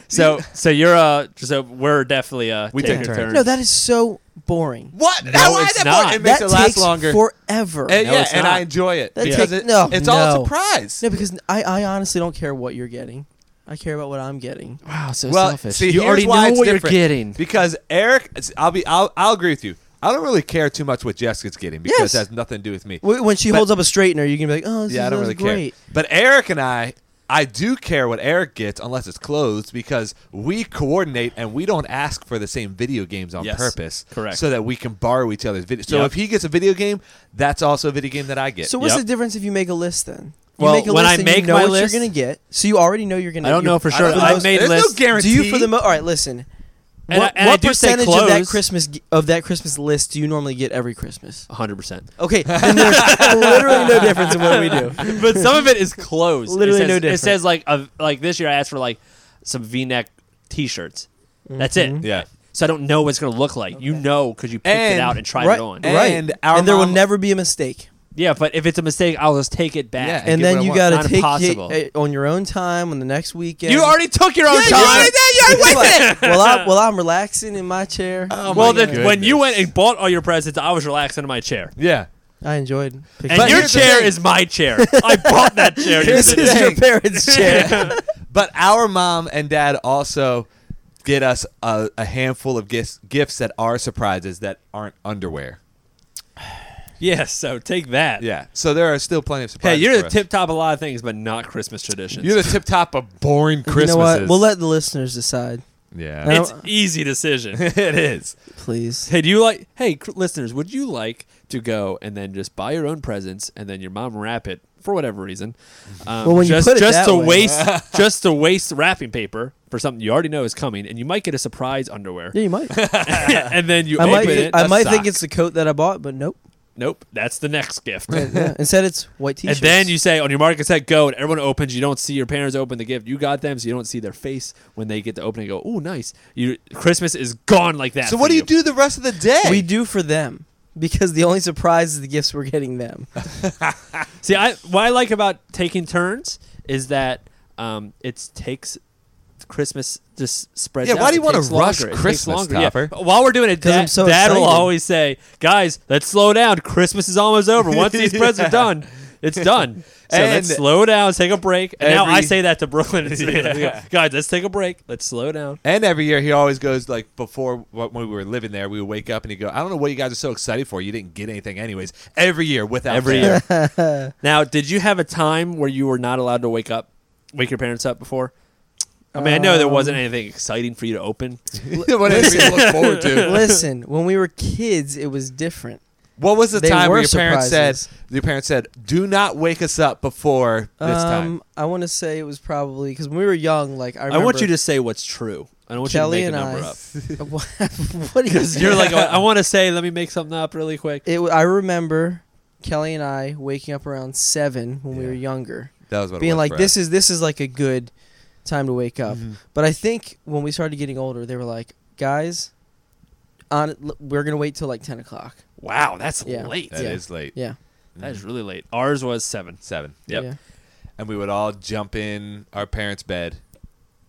[SPEAKER 3] So, so you're uh, so we're definitely uh,
[SPEAKER 1] We
[SPEAKER 3] taking
[SPEAKER 1] take
[SPEAKER 3] turns.
[SPEAKER 1] turns.
[SPEAKER 2] No, that is so boring.
[SPEAKER 1] What?
[SPEAKER 3] No,
[SPEAKER 1] Now why
[SPEAKER 3] it's
[SPEAKER 1] that
[SPEAKER 3] not.
[SPEAKER 1] part- It makes
[SPEAKER 2] that
[SPEAKER 1] it last
[SPEAKER 2] takes
[SPEAKER 1] longer.
[SPEAKER 2] forever.
[SPEAKER 1] And,
[SPEAKER 3] No,
[SPEAKER 1] yeah,
[SPEAKER 3] it's
[SPEAKER 1] and
[SPEAKER 3] not.
[SPEAKER 1] I enjoy it
[SPEAKER 2] That
[SPEAKER 1] because
[SPEAKER 2] take-
[SPEAKER 1] it,
[SPEAKER 2] no,
[SPEAKER 1] it's all
[SPEAKER 2] no.
[SPEAKER 1] a surprise.
[SPEAKER 2] no, because I, I honestly don't care what you're getting. I care about what I'm getting.
[SPEAKER 3] Wow, so
[SPEAKER 1] Well, see,
[SPEAKER 3] you
[SPEAKER 1] here's
[SPEAKER 3] already
[SPEAKER 1] why
[SPEAKER 3] know
[SPEAKER 1] it's
[SPEAKER 3] what
[SPEAKER 1] different.
[SPEAKER 3] you're getting.
[SPEAKER 1] Because Eric, I'll be, I'll, I'll agree with you. I don't really care too much what Jessica's getting because
[SPEAKER 2] Yes.
[SPEAKER 1] it has nothing to do with me.
[SPEAKER 2] Wh- When she
[SPEAKER 1] But-
[SPEAKER 2] holds up a straightener, you can be like, "Oh, this
[SPEAKER 1] yeah,
[SPEAKER 2] is
[SPEAKER 1] I don't really
[SPEAKER 2] this is great."
[SPEAKER 1] care. But Eric and I, I do care what Eric gets unless it's clothes because we coordinate and we don't ask for the same video games on
[SPEAKER 3] Yes,
[SPEAKER 1] purpose.
[SPEAKER 3] correct.
[SPEAKER 1] So that we can borrow each other's video. So
[SPEAKER 3] Yep.
[SPEAKER 1] if he gets a video game, that's also a video game that I get.
[SPEAKER 2] So what's
[SPEAKER 3] Yep.
[SPEAKER 2] the difference if you make a list then? You
[SPEAKER 3] Well,
[SPEAKER 2] make a
[SPEAKER 3] when
[SPEAKER 2] list
[SPEAKER 3] I
[SPEAKER 2] and
[SPEAKER 3] make
[SPEAKER 2] you know
[SPEAKER 3] my
[SPEAKER 2] what
[SPEAKER 3] list-
[SPEAKER 2] you're gonna get, so you already know you're gonna.
[SPEAKER 3] I don't
[SPEAKER 2] you're-
[SPEAKER 3] know for
[SPEAKER 1] I
[SPEAKER 3] sure.
[SPEAKER 1] don't know.
[SPEAKER 3] I've made
[SPEAKER 1] There's
[SPEAKER 3] lists.
[SPEAKER 1] no guarantee.
[SPEAKER 2] Do you for the mo- all right? Listen,
[SPEAKER 3] And
[SPEAKER 2] what,
[SPEAKER 3] I- and I
[SPEAKER 2] what
[SPEAKER 3] do say
[SPEAKER 2] percentage of that
[SPEAKER 3] clothes.
[SPEAKER 2] Christmas g- of that Christmas list do you normally get every Christmas?
[SPEAKER 3] 100%.
[SPEAKER 2] Okay, then there's literally no difference in what we do.
[SPEAKER 3] but some of it is clothes.
[SPEAKER 2] Literally
[SPEAKER 3] it says,
[SPEAKER 2] no
[SPEAKER 3] It
[SPEAKER 2] different.
[SPEAKER 3] says like a, like this year I asked for like some V-neck T-shirts. That's
[SPEAKER 2] Mm-hmm.
[SPEAKER 3] it.
[SPEAKER 1] yeah.
[SPEAKER 3] So I don't know what it's gonna look like. You know because you picked
[SPEAKER 1] And-
[SPEAKER 3] it out and tried
[SPEAKER 2] right,
[SPEAKER 3] it on.
[SPEAKER 1] and-
[SPEAKER 2] right,
[SPEAKER 1] our
[SPEAKER 2] and there will
[SPEAKER 1] mom-
[SPEAKER 2] never be a mistake.
[SPEAKER 3] yeah, but if it's a mistake, I'll just take it back.
[SPEAKER 1] Yeah, I
[SPEAKER 2] And
[SPEAKER 1] get
[SPEAKER 2] then
[SPEAKER 1] what I
[SPEAKER 2] you
[SPEAKER 1] want.
[SPEAKER 2] got
[SPEAKER 3] Not
[SPEAKER 2] to take
[SPEAKER 3] impossible.
[SPEAKER 2] it uh, on your own time on the next weekend.
[SPEAKER 3] you already took your own
[SPEAKER 1] Yeah,
[SPEAKER 3] time.
[SPEAKER 1] you already did. You're wasting it.
[SPEAKER 2] well, I, well, I'm relaxing in my chair.
[SPEAKER 1] Oh
[SPEAKER 3] well,
[SPEAKER 1] my
[SPEAKER 3] then when you
[SPEAKER 1] goodness.
[SPEAKER 3] went and bought all your presents, I was relaxing in my chair.
[SPEAKER 1] Yeah.
[SPEAKER 2] I enjoyed.
[SPEAKER 3] And
[SPEAKER 1] But
[SPEAKER 3] your
[SPEAKER 1] here's the
[SPEAKER 3] chair
[SPEAKER 1] thing.
[SPEAKER 3] is my chair. I bought that chair.
[SPEAKER 1] Here's
[SPEAKER 2] this
[SPEAKER 1] the
[SPEAKER 3] You
[SPEAKER 2] is
[SPEAKER 3] didn't.
[SPEAKER 2] your
[SPEAKER 1] thing.
[SPEAKER 2] parents' chair.
[SPEAKER 1] But our mom and dad also get us a, a handful of gifts gifts that are surprises that aren't underwear.
[SPEAKER 3] yeah, so take that.
[SPEAKER 1] Yeah. So there are still plenty of
[SPEAKER 3] Hey,
[SPEAKER 1] surprises.
[SPEAKER 3] you're
[SPEAKER 1] for
[SPEAKER 3] the
[SPEAKER 1] us.
[SPEAKER 3] tip top of a lot of things, but not Christmas traditions.
[SPEAKER 1] You're the tip top of boring
[SPEAKER 2] You
[SPEAKER 1] Christmases.
[SPEAKER 2] know what? We'll let the listeners decide, I
[SPEAKER 1] yeah.
[SPEAKER 2] don't-
[SPEAKER 3] it's easy decision.
[SPEAKER 1] it is.
[SPEAKER 2] please.
[SPEAKER 3] Hey, do you like? Hey, cr- listeners, would you like to go and then just buy your own presents and then your mom wrap it for whatever reason? Um,
[SPEAKER 2] Well, when you
[SPEAKER 3] just
[SPEAKER 2] put it that
[SPEAKER 3] just to
[SPEAKER 2] way.
[SPEAKER 3] waste just to waste wrapping paper for something you already know is coming, and you might get a surprise underwear,
[SPEAKER 2] Yeah, you might.
[SPEAKER 3] and then you
[SPEAKER 2] I
[SPEAKER 3] open
[SPEAKER 2] might.
[SPEAKER 3] it.
[SPEAKER 2] I
[SPEAKER 3] a
[SPEAKER 2] might
[SPEAKER 3] sock.
[SPEAKER 2] think it's the coat that I bought, but nope.
[SPEAKER 3] nope. That's the next gift.
[SPEAKER 2] Yeah, yeah. Instead, it's white
[SPEAKER 3] And
[SPEAKER 2] t-shirts.
[SPEAKER 3] then you say on your market set go, and everyone opens. You don't see your parents open the gift. You got them, so you don't see their face when they get to open it. and Go, oh, nice! You Christmas is gone like that.
[SPEAKER 1] So
[SPEAKER 3] for
[SPEAKER 1] what do you do the rest of the day?
[SPEAKER 2] we do for them because the only surprise is the gifts we're getting them.
[SPEAKER 3] See, I what I like about taking turns is that um, it takes Christmas just spreads.
[SPEAKER 1] Yeah,
[SPEAKER 3] out.
[SPEAKER 1] why do you
[SPEAKER 3] It
[SPEAKER 1] wanna
[SPEAKER 3] takes
[SPEAKER 1] rush
[SPEAKER 3] longer. It takes
[SPEAKER 1] Christmas,
[SPEAKER 3] longer. Yeah.
[SPEAKER 1] Topper?
[SPEAKER 3] While we're doing it,
[SPEAKER 2] 'Cause I'm
[SPEAKER 3] Dad,
[SPEAKER 2] so
[SPEAKER 3] Dad will
[SPEAKER 2] excited.
[SPEAKER 3] always say, "Guys, let's slow down. Christmas is almost over. Once these presents are done." It's done. So let's
[SPEAKER 1] And-
[SPEAKER 3] slow down, let's take a break. And now I
[SPEAKER 1] Every-
[SPEAKER 3] say that to Brooklyn. and Steve.
[SPEAKER 1] Yeah.
[SPEAKER 3] Guys, let's take a break. Let's slow down.
[SPEAKER 1] And every year he always goes like before when we were living there, we would wake up and he'd go, I don't know what you guys are so excited for. You didn't get anything anyways. Every year without
[SPEAKER 3] Every
[SPEAKER 1] fail.
[SPEAKER 3] year. now, did you have a time where you were not allowed to wake up, wake your parents up before? I mean, I know there wasn't anything exciting for you to open.
[SPEAKER 1] what did we look forward to?
[SPEAKER 2] Listen, when we were kids, it was different.
[SPEAKER 1] What was the
[SPEAKER 2] They
[SPEAKER 1] time
[SPEAKER 2] were
[SPEAKER 1] where your parents
[SPEAKER 2] surprises.
[SPEAKER 1] said your parents said, Do not wake us up before this time?
[SPEAKER 2] Um, I want to say it was probably because when we were young. Like I,
[SPEAKER 3] I,
[SPEAKER 2] remember
[SPEAKER 3] want you to say what's true. I don't want
[SPEAKER 2] Kelly
[SPEAKER 3] you to
[SPEAKER 2] and
[SPEAKER 3] make a
[SPEAKER 2] I.
[SPEAKER 3] number up.
[SPEAKER 2] what, what do you?
[SPEAKER 3] Because you're like, "Oh, I want to say, let me make something up really quick.
[SPEAKER 2] It, wa- I remember Kelly and I waking up around seven when we
[SPEAKER 1] Yeah.
[SPEAKER 2] were younger,
[SPEAKER 1] That was what it
[SPEAKER 2] being
[SPEAKER 1] was
[SPEAKER 2] like,
[SPEAKER 1] for
[SPEAKER 2] "This
[SPEAKER 1] us.
[SPEAKER 2] is this is like a good time to wake up."
[SPEAKER 3] Mm-hmm.
[SPEAKER 1] Mhm.
[SPEAKER 2] But I think when we started getting older, they were like, "Guys, on l- we're gonna wait till like ten o'clock."
[SPEAKER 3] Wow, that's
[SPEAKER 2] Yeah.
[SPEAKER 3] late.
[SPEAKER 1] That
[SPEAKER 2] yeah.
[SPEAKER 1] is late.
[SPEAKER 2] Yeah.
[SPEAKER 3] That is really late. Ours was seven.
[SPEAKER 1] Seven. Yep.
[SPEAKER 2] Yeah.
[SPEAKER 1] And we would all jump in our parents' bed.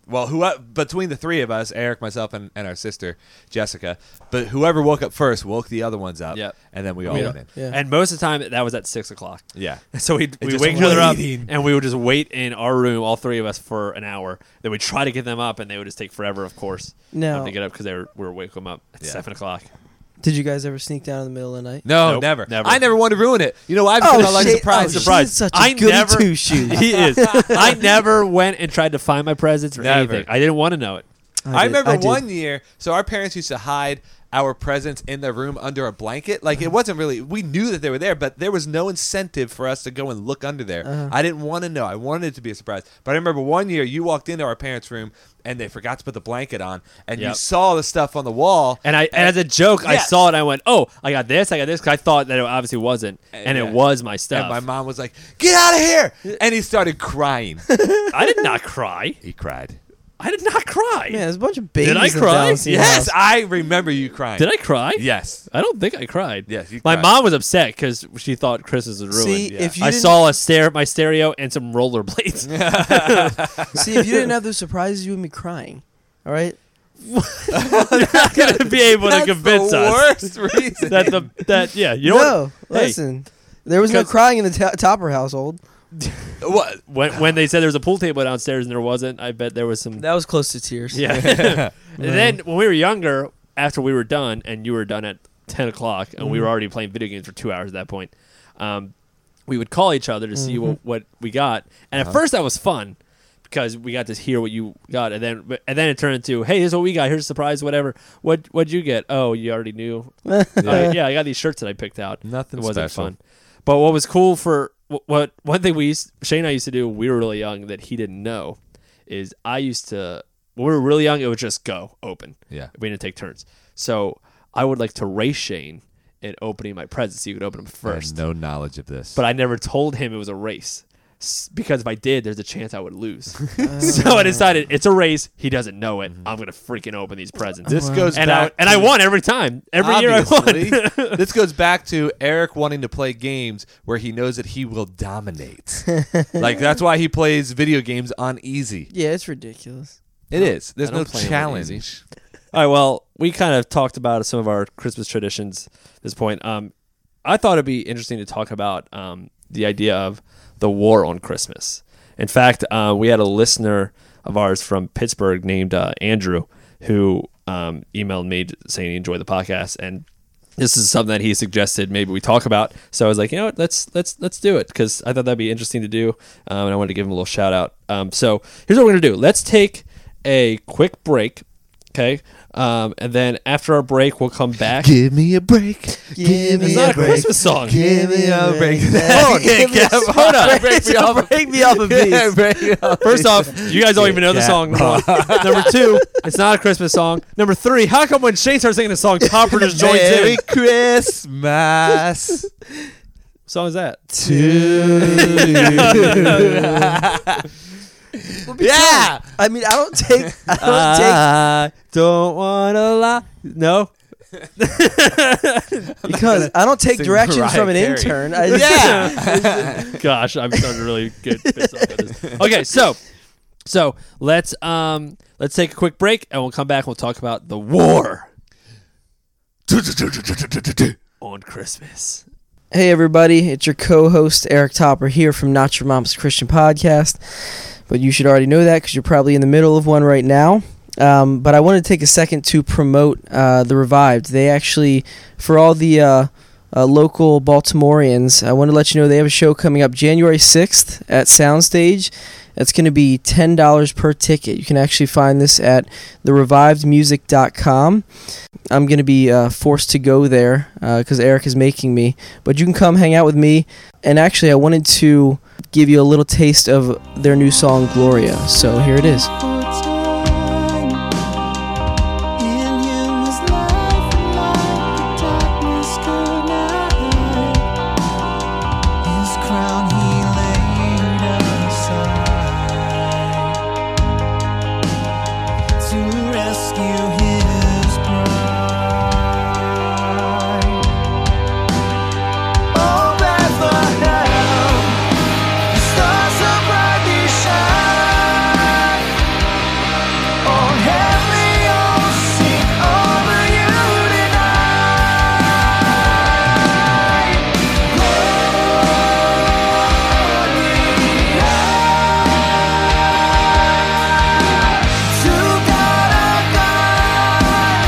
[SPEAKER 1] Well, who uh, between the three of us, Eric, myself, and, and our sister Jessica, but whoever woke up first woke the other ones up,
[SPEAKER 3] Yep.
[SPEAKER 1] and then we all
[SPEAKER 2] Yeah.
[SPEAKER 1] went in.
[SPEAKER 2] Yeah.
[SPEAKER 3] And most of the time, that was at six o'clock.
[SPEAKER 1] Yeah,
[SPEAKER 3] So we'd, we'd
[SPEAKER 1] just
[SPEAKER 3] wake each other up,
[SPEAKER 1] waiting.
[SPEAKER 3] and we would just wait in our room, all three of us, for an hour. Then we'd try to get them up, and they would just take forever, of course, um,
[SPEAKER 2] Now,
[SPEAKER 3] to get up because they were, we were waking them up at
[SPEAKER 1] Yeah.
[SPEAKER 3] seven o'clock.
[SPEAKER 2] did you guys ever sneak down in the middle of the night?
[SPEAKER 1] No,
[SPEAKER 3] Nope,
[SPEAKER 1] never.
[SPEAKER 3] never.
[SPEAKER 1] I never want to ruin it. You know why? Because I like
[SPEAKER 2] shit.
[SPEAKER 1] surprise,
[SPEAKER 2] Oh,
[SPEAKER 1] surprise.
[SPEAKER 2] she's such a
[SPEAKER 3] I
[SPEAKER 2] goody
[SPEAKER 3] never-
[SPEAKER 2] two shoes.
[SPEAKER 3] he is. I never went and tried to find my presents or
[SPEAKER 1] Never.
[SPEAKER 3] anything. I didn't want to know it.
[SPEAKER 1] I,
[SPEAKER 2] did-
[SPEAKER 1] remember
[SPEAKER 2] did.
[SPEAKER 1] one year. So our parents used to hide our presents in their room under a blanket. Like it wasn't really. We knew that they were there, but there was no incentive for us to go and look under there.
[SPEAKER 2] Uh-huh.
[SPEAKER 1] I didn't want to know. I wanted it to be a surprise. But I remember one year you walked into our parents' room and they forgot to put the blanket on, and you
[SPEAKER 3] Yep.
[SPEAKER 1] saw the stuff on the wall.
[SPEAKER 3] And I, as a joke, I
[SPEAKER 1] Yes.
[SPEAKER 3] saw it. and I went, "Oh, I got this. I got this." 'cause I thought that it obviously wasn't, and
[SPEAKER 1] yeah.
[SPEAKER 3] it was my stuff.
[SPEAKER 1] And my mom was like, "Get out of here!" And he started crying.
[SPEAKER 3] I did not cry.
[SPEAKER 1] he cried.
[SPEAKER 3] I did not cry.
[SPEAKER 2] Man, there's a bunch of babies.
[SPEAKER 3] I
[SPEAKER 2] in
[SPEAKER 3] cry?
[SPEAKER 2] Valentine's
[SPEAKER 1] Yes,
[SPEAKER 2] House.
[SPEAKER 1] I remember you crying.
[SPEAKER 3] Did I cry?
[SPEAKER 1] Yes.
[SPEAKER 3] I don't think I cried.
[SPEAKER 1] Yes, you
[SPEAKER 3] my
[SPEAKER 1] cried.
[SPEAKER 3] mom was upset because she thought Christmas was ruined.
[SPEAKER 2] See,
[SPEAKER 1] yeah.
[SPEAKER 2] if you
[SPEAKER 3] I
[SPEAKER 2] didn't-
[SPEAKER 3] saw a stare at my stereo and some rollerblades.
[SPEAKER 2] See, if you didn't have those surprises, you would be crying. All right.
[SPEAKER 3] not gonna be able to
[SPEAKER 1] That's
[SPEAKER 3] convince
[SPEAKER 1] the
[SPEAKER 3] us
[SPEAKER 1] worst reason.
[SPEAKER 3] that the that yeah you know
[SPEAKER 2] no,
[SPEAKER 3] what? Hey,
[SPEAKER 2] listen. There was no
[SPEAKER 3] Because-
[SPEAKER 2] crying in the to- Topper household.
[SPEAKER 1] what?
[SPEAKER 3] when when they said there was a pool table downstairs and there wasn't, I bet there was some
[SPEAKER 2] That was close to tears.
[SPEAKER 3] Yeah. and then when we were younger, after we were done, and you were done at ten o'clock, and we were
[SPEAKER 1] Mm-hmm.
[SPEAKER 3] already playing video games for two hours at that
[SPEAKER 1] Mm-hmm. Uh-huh.
[SPEAKER 3] point, um, we would call each other to see what, what we got. And at first, that was fun. because we got to hear what you got, and then but- and then it turned into, hey, here's what we got. Here's a surprise, whatever. What what'd you get? Oh, you already knew.
[SPEAKER 2] yeah.
[SPEAKER 3] Oh, yeah, I got these shirts that I picked out.
[SPEAKER 1] Nothing
[SPEAKER 3] it wasn't
[SPEAKER 1] special.
[SPEAKER 3] fun. But what was cool for wh- what one thing we used, Shane and I used to do, when we were really young that he didn't know, is I used to when we were really young, it would just go open.
[SPEAKER 1] Yeah.
[SPEAKER 3] we didn't take turns. So I would like to race Shane in opening my presents. He would open them
[SPEAKER 1] I had
[SPEAKER 3] first,
[SPEAKER 1] no knowledge of this.
[SPEAKER 3] but I never told him it was a race. S- Because if I did, there's a chance I would lose. so I decided it's a race. He doesn't know it. I'm gonna freaking open these presents,
[SPEAKER 1] this goes
[SPEAKER 3] and I
[SPEAKER 1] back
[SPEAKER 3] and I
[SPEAKER 1] to-
[SPEAKER 3] won every time. Every year I won.
[SPEAKER 1] Obviously. this goes back to Eric wanting to play games where he knows that he will dominate. like that's why he plays video games on easy.
[SPEAKER 2] yeah, it's ridiculous.
[SPEAKER 1] It is. There's
[SPEAKER 3] I don't
[SPEAKER 1] no
[SPEAKER 3] play 'em on
[SPEAKER 1] challenge.
[SPEAKER 3] All right. Well, we kind of talked about some of our Christmas traditions at this point. Um, I thought it'd be interesting to talk about um, the idea of the war on Christmas. In fact, uh, we had a listener of ours from Pittsburgh named uh, Andrew who um, emailed me saying he enjoyed the podcast, and this is something that he suggested maybe we talk about. So I was like, you know what, let's let's let's do it because I thought that'd be interesting to do, um, and I wanted to give him a little shout out. Um, so here's what we're gonna do: let's take a quick break, okay, um, and then after our break, we'll come back.
[SPEAKER 1] Give me a break.
[SPEAKER 2] Give
[SPEAKER 3] It's
[SPEAKER 2] me
[SPEAKER 3] not
[SPEAKER 2] a
[SPEAKER 3] a
[SPEAKER 2] break.
[SPEAKER 3] Christmas song.
[SPEAKER 1] Give me a break.
[SPEAKER 2] Yeah.
[SPEAKER 1] Hold it, Kev. Hold on. Break me off.
[SPEAKER 2] Break me off a
[SPEAKER 1] Yeah,
[SPEAKER 2] piece.
[SPEAKER 1] break it off.
[SPEAKER 3] First off, you guys don't even know the
[SPEAKER 1] Yeah.
[SPEAKER 3] song. Number, one. Number two, it's not a Christmas song. Number three, how come when Shane starts singing a song, Topper just joins
[SPEAKER 1] Merry
[SPEAKER 3] in?
[SPEAKER 1] Christmas
[SPEAKER 3] What song is that?
[SPEAKER 1] to you. yeah.
[SPEAKER 2] I mean, I don't take. I don't Uh,
[SPEAKER 3] I don't wanna lie. No,
[SPEAKER 2] take because I don't take
[SPEAKER 1] Sing
[SPEAKER 2] directions from an
[SPEAKER 1] Mariah Carey.
[SPEAKER 2] intern. I
[SPEAKER 1] Yeah.
[SPEAKER 3] Gosh, I'm starting to really get pissed off at this. Okay, so so let's um let's take a quick break and we'll come back and we'll talk about the war on Christmas.
[SPEAKER 2] Hey everybody, it's your co-host Eric Topper here from Not Your Mom's Christian Podcast. But you should already know that because you're probably in the middle of one right now. Um, but I want to take a second to promote uh, the Revived. They actually, for all the uh, uh, local Baltimoreans, I want to let you know they have a show coming up January 6th at Soundstage. That's going to be ten dollars per ticket. You can actually find this at therevivedmusic.com. I'm going to be uh, forced to go there because Eric is making me but you can come hang out with me. And actually, I wanted to give you a little taste of their new song, Gloria. So here it is.
[SPEAKER 4] Rescue his bride. Oh, Bethlehem, the stars so brightly shine. Oh, heavenly, oh, sing over you tonight. Glory to God our God,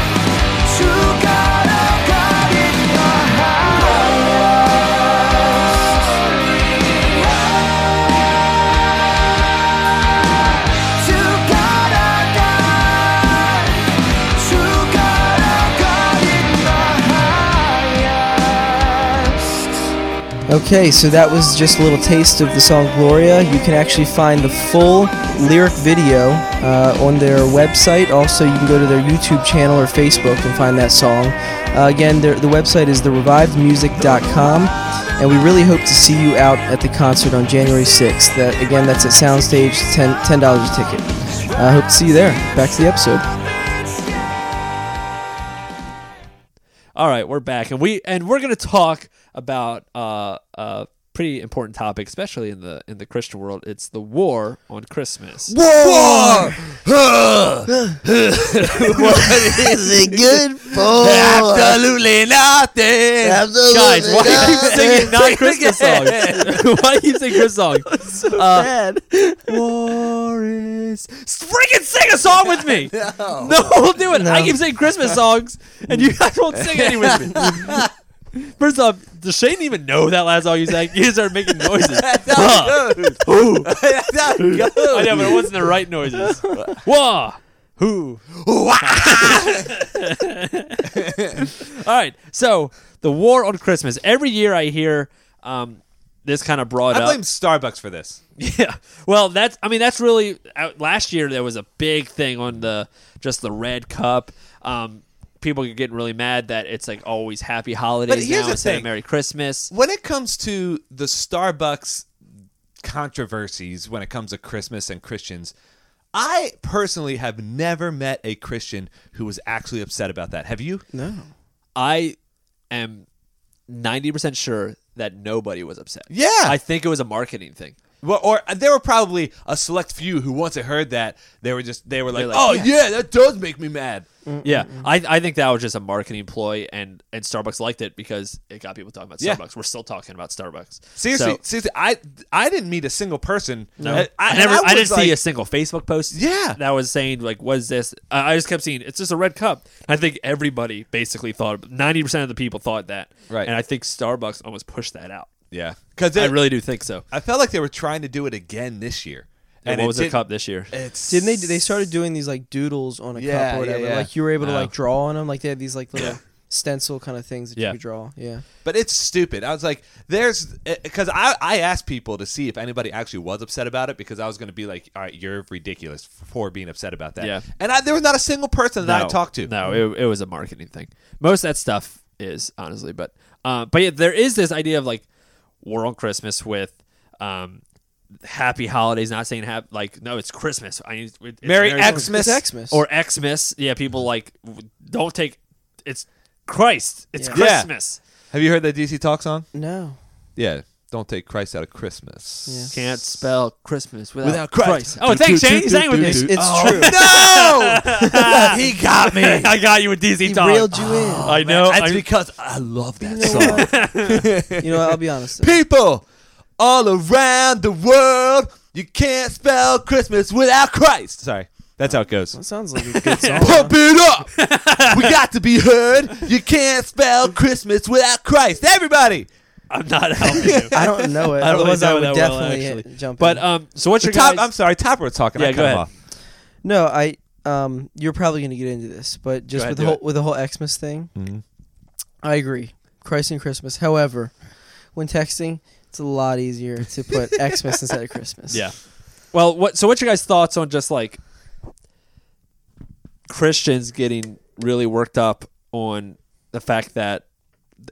[SPEAKER 4] to God our God in the highest. To God our God, to God our God in the highest.
[SPEAKER 2] Okay, so that was just a little taste of the song Gloria. You can actually find the full lyric video uh, on their website. Also, you can go to their YouTube channel or Facebook and find that song. Uh, again, their, the website is therevivedmusic.com, and we really hope to see you out at the concert on January 6th. That Again, that's at Soundstage, $10, $10 a ticket. I hope to see you there. Back to the episode.
[SPEAKER 3] All right, we're back and we and we're gonna talk about uh uh pretty important topic especially in the in the christian world it's the war on christmas
[SPEAKER 1] War.
[SPEAKER 2] Is it good
[SPEAKER 1] Absolutely nothing.
[SPEAKER 3] guys why do you keep singing not christmas songs why do you sing christmas songs Uh, war is freaking sing a song with me no, we'll do it i keep saying christmas songs and you guys won't sing any with me First off, does Shane even know that last song you sang? You just started making noises.
[SPEAKER 1] That's how it goes. That's how it goes.
[SPEAKER 3] I know, but it wasn't the right noises. Wah! Who? All right. So the war on Christmas. Every year I hear um, this kind of brought
[SPEAKER 1] I
[SPEAKER 3] up.
[SPEAKER 1] blame Starbucks for this.
[SPEAKER 3] Yeah. Well, that's. I mean, that's really. Uh, last year there was a big thing on the just the red cup. Um, people are getting really mad that it's like always happy holidays
[SPEAKER 1] here's
[SPEAKER 3] now
[SPEAKER 1] the
[SPEAKER 3] instead of
[SPEAKER 1] thing.
[SPEAKER 3] Merry Christmas.
[SPEAKER 1] When it comes to the Starbucks controversies, when it comes to Christmas and Christians, I personally have never met a Christian who was actually upset about that. Have you?
[SPEAKER 2] No.
[SPEAKER 3] I am ninety percent sure that nobody was upset.
[SPEAKER 1] Yeah.
[SPEAKER 3] I think it was a marketing thing.
[SPEAKER 1] Well, or uh, there were probably a select few who once they heard that they were just they were like,
[SPEAKER 3] They're like, Mm.
[SPEAKER 1] "Oh
[SPEAKER 3] yeah."
[SPEAKER 1] yeah, that does make me mad."
[SPEAKER 3] Yeah, I, I think that was just a marketing ploy, and and Starbucks liked it because it got people talking about
[SPEAKER 1] Yeah.
[SPEAKER 3] Starbucks. We're still talking about Starbucks.
[SPEAKER 1] Seriously,
[SPEAKER 3] So-
[SPEAKER 1] seriously, I I didn't meet a single person.
[SPEAKER 3] No, I, never. I, didn't see a single Facebook post.
[SPEAKER 1] Yeah.
[SPEAKER 3] that was saying like, "What is this?" I I just kept seeing it's just a red cup. I think everybody basically thought ninety percent of the people thought that.
[SPEAKER 1] Right.
[SPEAKER 3] and I think Starbucks almost pushed that out.
[SPEAKER 1] Yeah, because
[SPEAKER 3] I really do think so.
[SPEAKER 1] I felt like they were trying to do it again this year.
[SPEAKER 3] And
[SPEAKER 1] it
[SPEAKER 3] what was their
[SPEAKER 1] didn't-
[SPEAKER 3] cup this year?
[SPEAKER 1] It's
[SPEAKER 2] Didn't they? They started doing these like doodles on a
[SPEAKER 1] Yeah,
[SPEAKER 2] cup
[SPEAKER 1] yeah,
[SPEAKER 2] or whatever.
[SPEAKER 1] yeah.
[SPEAKER 2] Like you were able to
[SPEAKER 3] Oh.
[SPEAKER 2] like draw on them. Like they had these like little
[SPEAKER 1] Yeah.
[SPEAKER 2] stencil kind of things that
[SPEAKER 3] Yeah.
[SPEAKER 2] you could draw. Yeah.
[SPEAKER 1] But it's stupid. I was like, there's because I, I asked people to see if anybody actually was upset about it because I was going to be like, all right, you're ridiculous for being upset about that.
[SPEAKER 3] Yeah.
[SPEAKER 1] And I, there was not a single person that I
[SPEAKER 3] No.
[SPEAKER 1] talked to.
[SPEAKER 3] No, it, it was a marketing thing. Most of that stuff is honestly, but uh, but yeah, there is this idea of like war on Christmas with um, happy holidays. Not saying hap- like no, it's Christmas. I need it's
[SPEAKER 1] Merry
[SPEAKER 3] Christmas.
[SPEAKER 1] Xmas.
[SPEAKER 2] Oh, It's Xmas.
[SPEAKER 3] or Xmas. Yeah, people like w- don't take it's Christ. It's
[SPEAKER 2] Yeah.
[SPEAKER 1] Yeah.
[SPEAKER 3] Christmas.
[SPEAKER 1] Have you heard that DC Talk song?
[SPEAKER 2] no.
[SPEAKER 1] Yeah. Don't take Christ out of Christmas.
[SPEAKER 3] Can't spell Christmas without,
[SPEAKER 1] Without Christ. Oh.
[SPEAKER 3] Oh, thanks, Shane. You sang with me.
[SPEAKER 2] It's, it's true.
[SPEAKER 1] No! he got me.
[SPEAKER 3] I got you with DZ
[SPEAKER 2] He
[SPEAKER 3] Talk.
[SPEAKER 2] reeled you in.
[SPEAKER 3] I know.
[SPEAKER 1] That's
[SPEAKER 3] I'm-
[SPEAKER 1] because I love that
[SPEAKER 2] You know,
[SPEAKER 1] song.
[SPEAKER 2] what? you know what? I'll be honest. though.
[SPEAKER 1] People all around the world, you can't spell Christmas without Christ. Sorry. That's how it goes.
[SPEAKER 2] That sounds like a good song.
[SPEAKER 3] Uh-huh.
[SPEAKER 1] Pump it up. we got to be heard. You can't spell Christmas without Christ. Everybody.
[SPEAKER 3] I'm not helping you.
[SPEAKER 2] I don't know it.
[SPEAKER 3] I don't really
[SPEAKER 2] Otherwise, I
[SPEAKER 3] know
[SPEAKER 2] would
[SPEAKER 3] that well,
[SPEAKER 2] definitely
[SPEAKER 3] actually.
[SPEAKER 2] hit- jump.
[SPEAKER 3] But
[SPEAKER 2] in.
[SPEAKER 3] um, so what's your
[SPEAKER 1] Top,
[SPEAKER 3] guys?
[SPEAKER 1] I'm sorry, Topper was talking.
[SPEAKER 3] Yeah,
[SPEAKER 1] I
[SPEAKER 3] go
[SPEAKER 1] cut him
[SPEAKER 3] ahead.
[SPEAKER 1] off.
[SPEAKER 2] no, I um, you're probably gonna get into this, but just
[SPEAKER 3] ahead,
[SPEAKER 2] with
[SPEAKER 3] do
[SPEAKER 2] the whole
[SPEAKER 3] it. Mm-hmm.
[SPEAKER 2] with the whole Xmas thing, I agree. Christ and Christmas. However, when texting, it's a lot easier to put Xmas instead of Christmas.
[SPEAKER 3] Yeah. Well, what? So what's your guys' thoughts on just like Christians getting really worked up on the fact that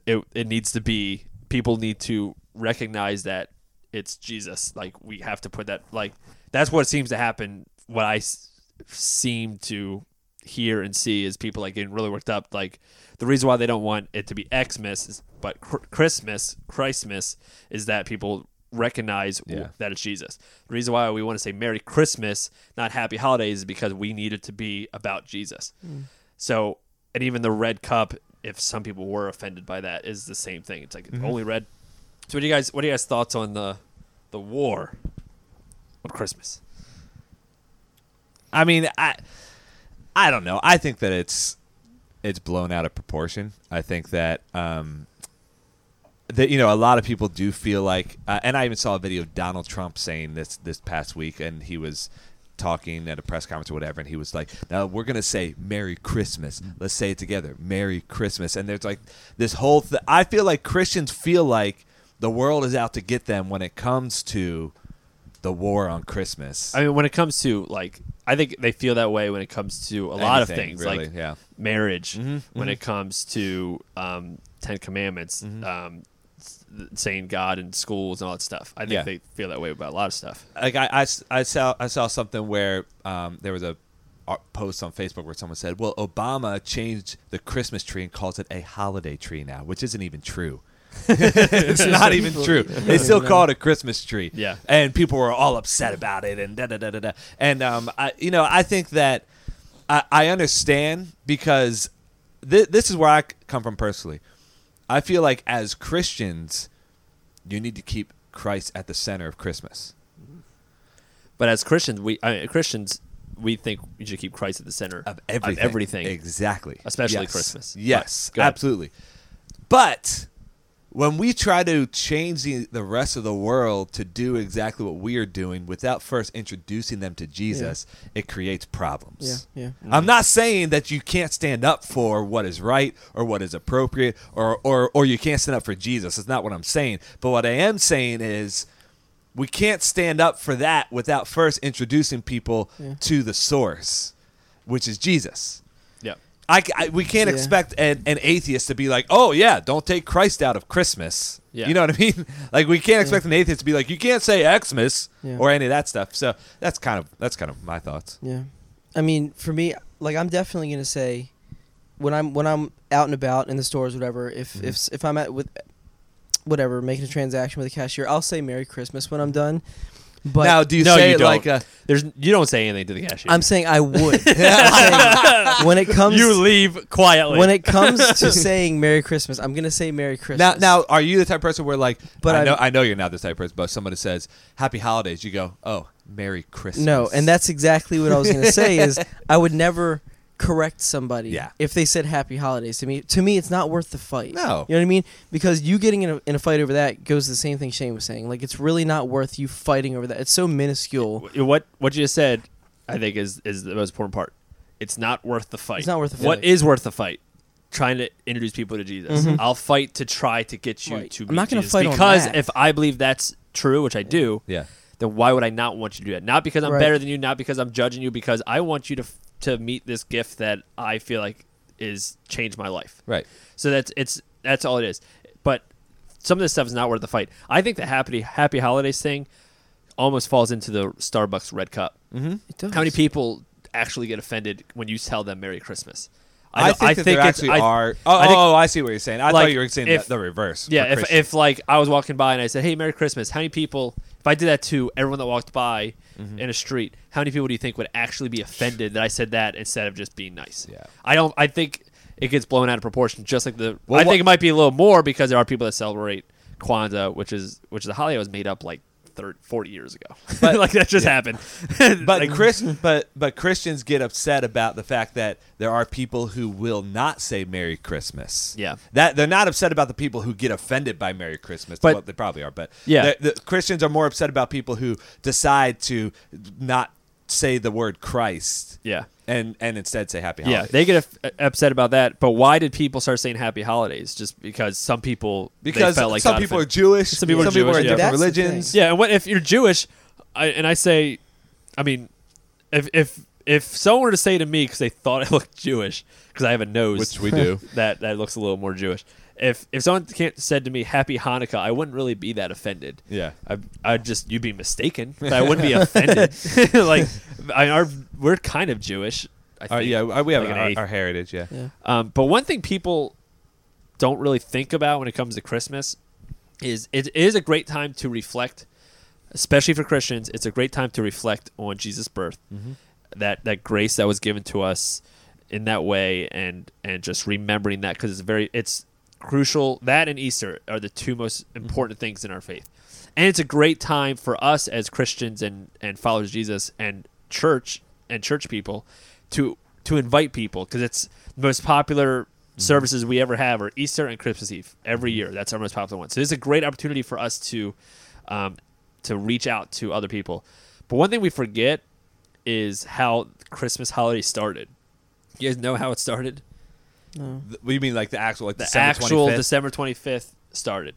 [SPEAKER 3] it it needs to be people need to recognize that it's Jesus. Like we have to put that like that's what seems to happen. What I s- seem to hear and see is people like getting really worked up. Like the reason why they don't want it to be Xmas, is, but cr- Christmas, Christmas, is that people recognize w-
[SPEAKER 1] Yeah.
[SPEAKER 3] that it's Jesus. The reason why we want to say Merry Christmas, not Happy Holidays, is because we need it to be about Jesus. So, and even the red cup, if some people were offended by that, is the same thing. It's like only red. So, what do you guys? What are you guys' thoughts on the the war on Christmas?
[SPEAKER 1] I mean, I I don't know. I think that it's it's blown out of proportion. I think that um that you know a lot of people do feel like uh, and I even saw a video of Donald Trump saying this this past week and he was talking at a press conference or whatever and he was like now we're going to say merry christmas let's say it together merry christmas and there's like this whole th- i feel like christians feel like the world is out to get them when it comes to the war on christmas
[SPEAKER 3] I mean, when it comes to like, I think they feel that way when it comes to a lot of
[SPEAKER 1] Anything,
[SPEAKER 3] things,
[SPEAKER 1] really,
[SPEAKER 3] like
[SPEAKER 1] yeah. Mm-hmm,
[SPEAKER 3] marriage. when it comes to um, Ten Commandments,
[SPEAKER 1] Mm-hmm.
[SPEAKER 3] um, s- saying God in schools and all that stuff. I think
[SPEAKER 1] Yeah.
[SPEAKER 3] they feel that way about a lot of stuff.
[SPEAKER 1] like I, I s- I saw I saw something where um, there was a ar- post on Facebook where someone said, "Well, Obama changed the Christmas tree and calls it a holiday tree now, which isn't even true." it's not even true. They still call it a Christmas tree.
[SPEAKER 3] Yeah.
[SPEAKER 1] and people were all upset about it, and da da da da da. And um, I, you know, I think that I, I understand because th- this is where I c- come from personally. I feel like as Christians, you need to keep Christ at the center of Christmas.
[SPEAKER 3] But as Christians, we I mean, Christians we think we should keep Christ at the center
[SPEAKER 1] of everything.
[SPEAKER 3] everything.
[SPEAKER 1] Exactly.
[SPEAKER 3] Especially
[SPEAKER 1] Yes.
[SPEAKER 3] Christmas.
[SPEAKER 1] Yes,
[SPEAKER 3] Right. Go ahead.
[SPEAKER 1] absolutely. But when we try to change the, the rest of the world to do exactly what we are doing without first introducing them to Jesus, it creates problems.
[SPEAKER 2] Yeah, yeah.
[SPEAKER 1] I'm not saying that you can't stand up for what is right or what is appropriate or, or, or you can't stand up for Jesus. It's not what I'm saying. But what I am saying is we can't stand up for that without first introducing people
[SPEAKER 2] Yeah.
[SPEAKER 1] to the source, which is Jesus.
[SPEAKER 3] Yep.
[SPEAKER 1] I, I- we can't
[SPEAKER 2] Yeah.
[SPEAKER 1] expect an, an atheist to be like, oh yeah, don't take Christ out of Christmas.
[SPEAKER 3] Yeah.
[SPEAKER 1] You know what I mean? Like we can't expect an atheist to be like, you can't say Xmas
[SPEAKER 2] Yeah.
[SPEAKER 1] or any of that stuff. So that's kind of that's kind of my thoughts.
[SPEAKER 2] Yeah. I mean, for me, like I'm definitely gonna say when I'm when I'm out and about in the stores, whatever. If
[SPEAKER 3] Mm-hmm.
[SPEAKER 1] Mhm.
[SPEAKER 2] if s- if I'm at with whatever making a transaction with a cashier, I'll say Merry Christmas when I'm done. But
[SPEAKER 1] now, do you
[SPEAKER 3] No,
[SPEAKER 1] say
[SPEAKER 3] you
[SPEAKER 1] it
[SPEAKER 3] don't.
[SPEAKER 1] like a?
[SPEAKER 3] There's you don't say anything to the cashier.
[SPEAKER 2] I'm saying I would. I'm saying when it comes
[SPEAKER 3] you leave quietly.
[SPEAKER 2] when it comes to saying Merry Christmas, I'm gonna say Merry Christmas.
[SPEAKER 1] Now, now, are you the type of person where like?
[SPEAKER 2] But
[SPEAKER 1] But I know,
[SPEAKER 2] I'm-
[SPEAKER 1] I know you're not this type of person. But if somebody says Happy Holidays, you go, oh, Merry Christmas.
[SPEAKER 2] no, and that's exactly what I was gonna say is I would never correct somebody
[SPEAKER 1] Yeah.
[SPEAKER 2] if they said Happy Holidays to me. To me, it's not worth the fight.
[SPEAKER 1] no.
[SPEAKER 2] You know what I mean? Because you getting in a, in a fight over that goes to the same thing Shane was saying. Like it's really not worth you fighting over that. It's so minuscule.
[SPEAKER 3] W- what what you just said, I think is is the most important part. It's not worth the fight.
[SPEAKER 2] It's not worth the
[SPEAKER 3] What
[SPEAKER 2] fight.
[SPEAKER 3] is worth the fight? Trying to introduce people to Jesus.
[SPEAKER 2] Mhm.
[SPEAKER 3] I'll fight to try to get you
[SPEAKER 2] Right.
[SPEAKER 3] to.
[SPEAKER 2] I'm
[SPEAKER 3] meet
[SPEAKER 2] not gonna
[SPEAKER 3] Jesus.
[SPEAKER 2] fight on
[SPEAKER 3] because
[SPEAKER 2] that.
[SPEAKER 3] if I believe that's true, which I do,
[SPEAKER 1] Yeah.
[SPEAKER 3] then why would I not want you to do that? Not because I'm
[SPEAKER 2] Right.
[SPEAKER 3] better than you, not because I'm judging you, because I want you to f- to meet this gift that I feel like is changed my life.
[SPEAKER 1] Right.
[SPEAKER 3] So that's it's that's all it is. But some of this stuff is not worth the fight. I think the happy happy holidays thing almost falls into the Starbucks red cup.
[SPEAKER 1] Mm-hmm.
[SPEAKER 2] It does.
[SPEAKER 3] How many people actually get offended when you tell them Merry Christmas?
[SPEAKER 1] I,
[SPEAKER 3] don't-
[SPEAKER 1] think that there
[SPEAKER 3] it's-
[SPEAKER 1] actually
[SPEAKER 3] I-
[SPEAKER 1] are. Oh,
[SPEAKER 3] I think-
[SPEAKER 1] oh, I see what you're saying. I
[SPEAKER 3] like,
[SPEAKER 1] thought you were saying
[SPEAKER 3] if-
[SPEAKER 1] the, the reverse. for
[SPEAKER 3] Yeah, if,
[SPEAKER 1] Christians.
[SPEAKER 3] if like I was walking by and I said, "Hey, Merry Christmas," how many people? If I did that to everyone that walked by
[SPEAKER 1] Mm-hmm.
[SPEAKER 3] in a street, how many people do you think would actually be offended that I said that instead of just being nice?
[SPEAKER 1] Yeah.
[SPEAKER 3] I don't. I think it gets blown out of proportion. Just like the,
[SPEAKER 1] Well,
[SPEAKER 3] I
[SPEAKER 1] what-
[SPEAKER 3] think it might be a little more because there are people that celebrate Kwanzaa, which is which is a holiday that was made up like. 30, 40 years ago
[SPEAKER 1] But-
[SPEAKER 3] like that just
[SPEAKER 1] yeah.
[SPEAKER 3] happened
[SPEAKER 1] but
[SPEAKER 3] Like-
[SPEAKER 1] Chris, but but Christians get upset about the fact that there are people who will not say Merry Christmas.
[SPEAKER 3] Yeah.
[SPEAKER 1] that they're not upset about the people who get offended by Merry Christmas.
[SPEAKER 3] But-
[SPEAKER 1] well, they probably are, but
[SPEAKER 3] Yeah.
[SPEAKER 1] the, the Christians are more upset about people who decide to not say the word Christ.
[SPEAKER 3] yeah
[SPEAKER 1] and and instead say Happy
[SPEAKER 3] yeah
[SPEAKER 1] Holidays.
[SPEAKER 3] they get af- upset about that but why did people start saying happy holidays just because some people they
[SPEAKER 1] because
[SPEAKER 3] felt like
[SPEAKER 1] some
[SPEAKER 3] got
[SPEAKER 1] people
[SPEAKER 3] offended.
[SPEAKER 1] are Jewish, some
[SPEAKER 3] people are Jewish,
[SPEAKER 1] in
[SPEAKER 3] yeah.
[SPEAKER 1] different
[SPEAKER 2] That's the thing.
[SPEAKER 1] religions.
[SPEAKER 3] Yeah, and what if you're Jewish? I, and I say, I mean, if if if someone were to say to me because they thought I looked Jewish because I have a nose,
[SPEAKER 1] Which we do.
[SPEAKER 3] that that looks a little more Jewish. If if someone can't, said to me Happy Hanukkah, I wouldn't really be that offended.
[SPEAKER 1] Yeah.
[SPEAKER 3] I I just you'd be mistaken, but I wouldn't be offended. like, I our, we're kind of Jewish. I think.
[SPEAKER 1] Our- yeah, we have
[SPEAKER 3] Like an
[SPEAKER 1] our,
[SPEAKER 3] eighth.
[SPEAKER 1] our heritage. Yeah,
[SPEAKER 2] Yeah.
[SPEAKER 3] Um, but one thing people don't really think about when it comes to Christmas is it is a great time to reflect, especially for Christians. It's a great time to reflect on Jesus' birth, that that grace that was given to us in that way, and and just remembering that because it's very it's crucial. That and Easter are the two most important things in our faith, and it's a great time for us as Christians and and followers of Jesus and church and church people to to invite people because it's the most popular services we ever have are Easter and Christmas Eve every year. That's our most popular one. So this is a great opportunity for us to um, to reach out to other people. But one thing we forget is how Christmas holiday started. You guys know how it started?
[SPEAKER 2] No.
[SPEAKER 1] Th- what do you mean like the actual like
[SPEAKER 3] The
[SPEAKER 1] December
[SPEAKER 3] actual
[SPEAKER 1] 25th?
[SPEAKER 3] December 25th started.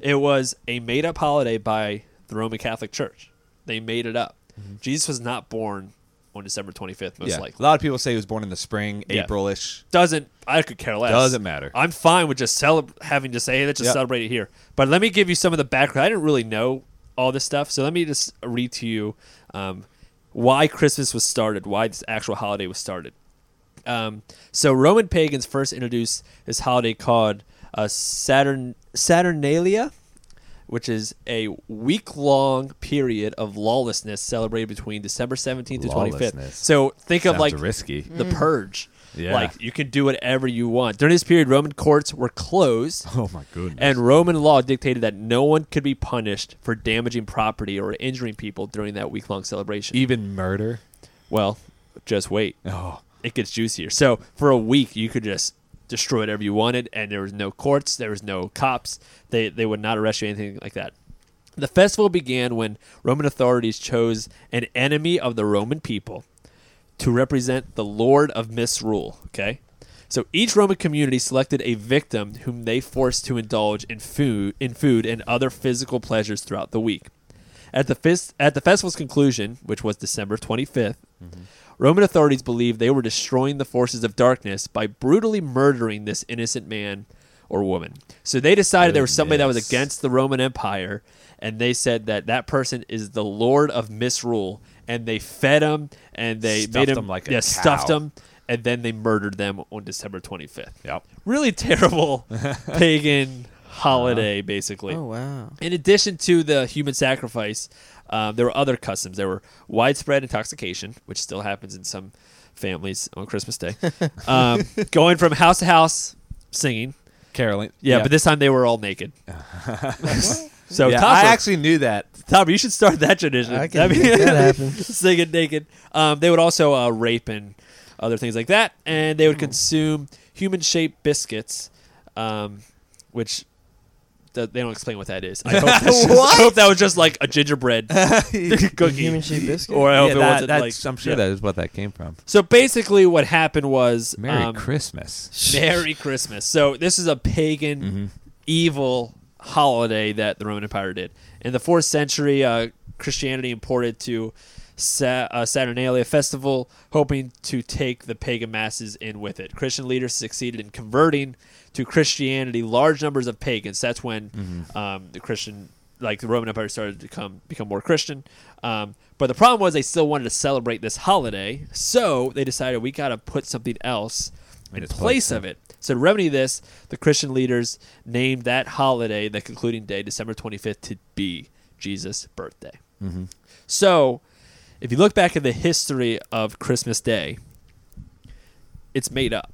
[SPEAKER 3] It was a made up holiday by the Roman Catholic Church. They made it up. Jesus was not born on December 25th, most
[SPEAKER 1] Mm-hmm. yeah. A
[SPEAKER 3] likely.
[SPEAKER 1] lot of people say he was born in the spring,
[SPEAKER 3] Yeah.
[SPEAKER 1] April-ish.
[SPEAKER 3] Doesn't, I could care less.
[SPEAKER 1] Doesn't matter.
[SPEAKER 3] I'm fine with just celeb- having to say, hey, let's just
[SPEAKER 1] Yep.
[SPEAKER 3] celebrate it here. But let me give you some of the background. I didn't really know all this stuff, so let me just read to you um, why Christmas was started, why this actual holiday was started. Um, so Roman pagans first introduced this holiday called uh, Saturn Saturnalia, which is a week-long period of lawlessness celebrated between December 17th to 25th.
[SPEAKER 1] Lawlessness.
[SPEAKER 3] So think of like
[SPEAKER 1] risky.
[SPEAKER 3] the purge.
[SPEAKER 1] Yeah.
[SPEAKER 3] Like you can do whatever you want. During this period, Roman courts were closed,
[SPEAKER 1] Oh my goodness.
[SPEAKER 3] and Roman law dictated that no one could be punished for damaging property or injuring people during that week long celebration.
[SPEAKER 1] even murder.
[SPEAKER 3] well, just wait.
[SPEAKER 1] Oh,
[SPEAKER 3] It gets juicier. So for a week, you could just destroy whatever you wanted, and there was no courts, there was no cops. They they would not arrest you, anything like that. The festival began when Roman authorities chose an enemy of the Roman people to represent the Lord of Misrule. Okay, so each Roman community selected a victim whom they forced to indulge in food, in food and other physical pleasures throughout the week. At the fis- at the festival's conclusion, which was December 25th, Roman authorities believed they were destroying the forces of darkness by brutally murdering this innocent man or woman. So they decided there was somebody that was
[SPEAKER 1] Goodness.
[SPEAKER 3] against the Roman Empire, and they said that that person is the Lord of Misrule, and they fed him and they
[SPEAKER 1] Stuffed
[SPEAKER 3] made him
[SPEAKER 1] him like a
[SPEAKER 3] yeah, stuffed
[SPEAKER 1] cow.
[SPEAKER 3] him, and then they murdered them on December 25th.
[SPEAKER 1] Yep.
[SPEAKER 3] Really terrible pagan holiday,
[SPEAKER 1] Uh-huh.
[SPEAKER 3] basically.
[SPEAKER 2] Oh wow.
[SPEAKER 3] In addition to the human sacrifice, um, there were other customs. There were widespread intoxication, which still happens in some families on Christmas Day. um, going from house to house, singing.
[SPEAKER 1] Caroline.
[SPEAKER 3] Yeah, but this time they were all naked. so
[SPEAKER 1] yeah, I
[SPEAKER 3] Topper,
[SPEAKER 1] actually knew that.
[SPEAKER 3] Topper, you should start that tradition.
[SPEAKER 2] I
[SPEAKER 3] That'd
[SPEAKER 2] can
[SPEAKER 3] be-
[SPEAKER 2] make that happen.
[SPEAKER 3] singing naked. Um, they would also uh, rape and other things like that, and
[SPEAKER 2] Mm.
[SPEAKER 3] they would consume human-shaped biscuits, um, which th- they don't explain what that is. I hope, that's just- I hope that was just like a gingerbread
[SPEAKER 2] Human
[SPEAKER 3] cookie,
[SPEAKER 2] shaped biscuit.
[SPEAKER 3] or I hope
[SPEAKER 1] Yeah,
[SPEAKER 3] it
[SPEAKER 1] that-
[SPEAKER 3] wasn't like.
[SPEAKER 1] that's- I'm sure
[SPEAKER 3] yeah.
[SPEAKER 1] that is what that came from.
[SPEAKER 3] So basically, what happened was
[SPEAKER 1] Merry
[SPEAKER 3] um,
[SPEAKER 1] Christmas.
[SPEAKER 3] Merry Christmas. So this is a pagan, evil holiday that the Roman Empire did. In the fourth century, uh, Christianity imported to Sa- uh, Saturnalia festival, hoping to take the pagan masses in with it. Christian leaders succeeded in converting to Christianity large numbers of pagans. That's when um, the Christian, like the Roman Empire, started to come become more Christian. Um, but the problem was they still wanted to celebrate this holiday, so they decided we got to put something else in
[SPEAKER 1] its
[SPEAKER 3] place of it. So to remedy this, the Christian leaders named that holiday, the concluding day, December 25th, to be Jesus' birthday. So if you look back at the history of Christmas Day, it's made up.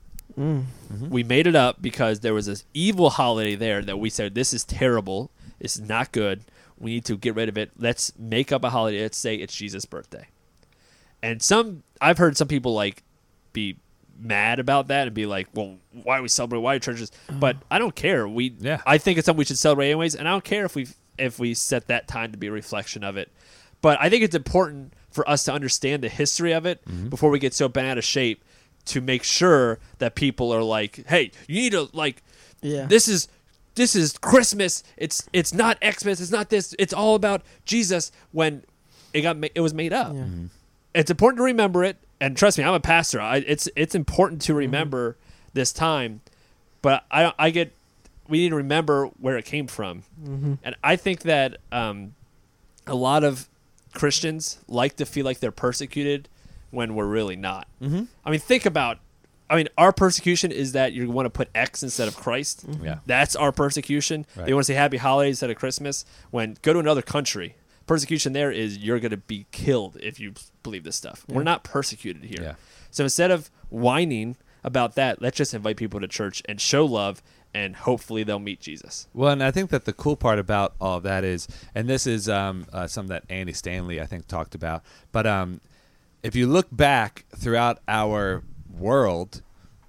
[SPEAKER 3] We made it up because there was this evil holiday there that we said, this is terrible. This is not good. We need to get rid of it. Let's make up a holiday. Let's say it's Jesus' birthday. And some, I've heard some people like be mad about that and be like, well, why we celebrate? Why churches? But
[SPEAKER 2] Uh-huh.
[SPEAKER 3] I don't care. We,
[SPEAKER 1] Yeah.
[SPEAKER 3] I think it's something we should celebrate anyways. And I don't care if we, if we set that time to be a reflection of it. But I think it's important for us to understand the history of it
[SPEAKER 2] Mm-hmm.
[SPEAKER 3] before we get so bent out of shape to make sure that people are like, hey, you need to like,
[SPEAKER 2] Yeah.
[SPEAKER 3] this is this is Christmas. It's it's not Xmas. It's not this. It's all about Jesus. When it got ma- it was made up.
[SPEAKER 2] Yeah.
[SPEAKER 3] It's important to remember it. And trust me, I'm a pastor. I, it's it's important to remember this time. But I I get we need to remember where it came from. And I think that um, a lot of Christians like to feel like they're persecuted when we're really not. Mm-hmm. I mean, think about. I mean, our persecution is that you want to put X instead of Christ.
[SPEAKER 1] Yeah.
[SPEAKER 3] That's our persecution. They
[SPEAKER 1] Right.
[SPEAKER 3] want to say happy holidays instead of Christmas. When go to another country, persecution there is you're going to be killed if you believe this stuff. We're not persecuted here.
[SPEAKER 1] Yeah.
[SPEAKER 3] So instead of whining about that, let's just invite people to church and show love, and hopefully they'll meet Jesus.
[SPEAKER 1] Well, and I think that the cool part about all of that is, and this is um, uh, something that Andy Stanley I think talked about, but um, if you look back throughout our world,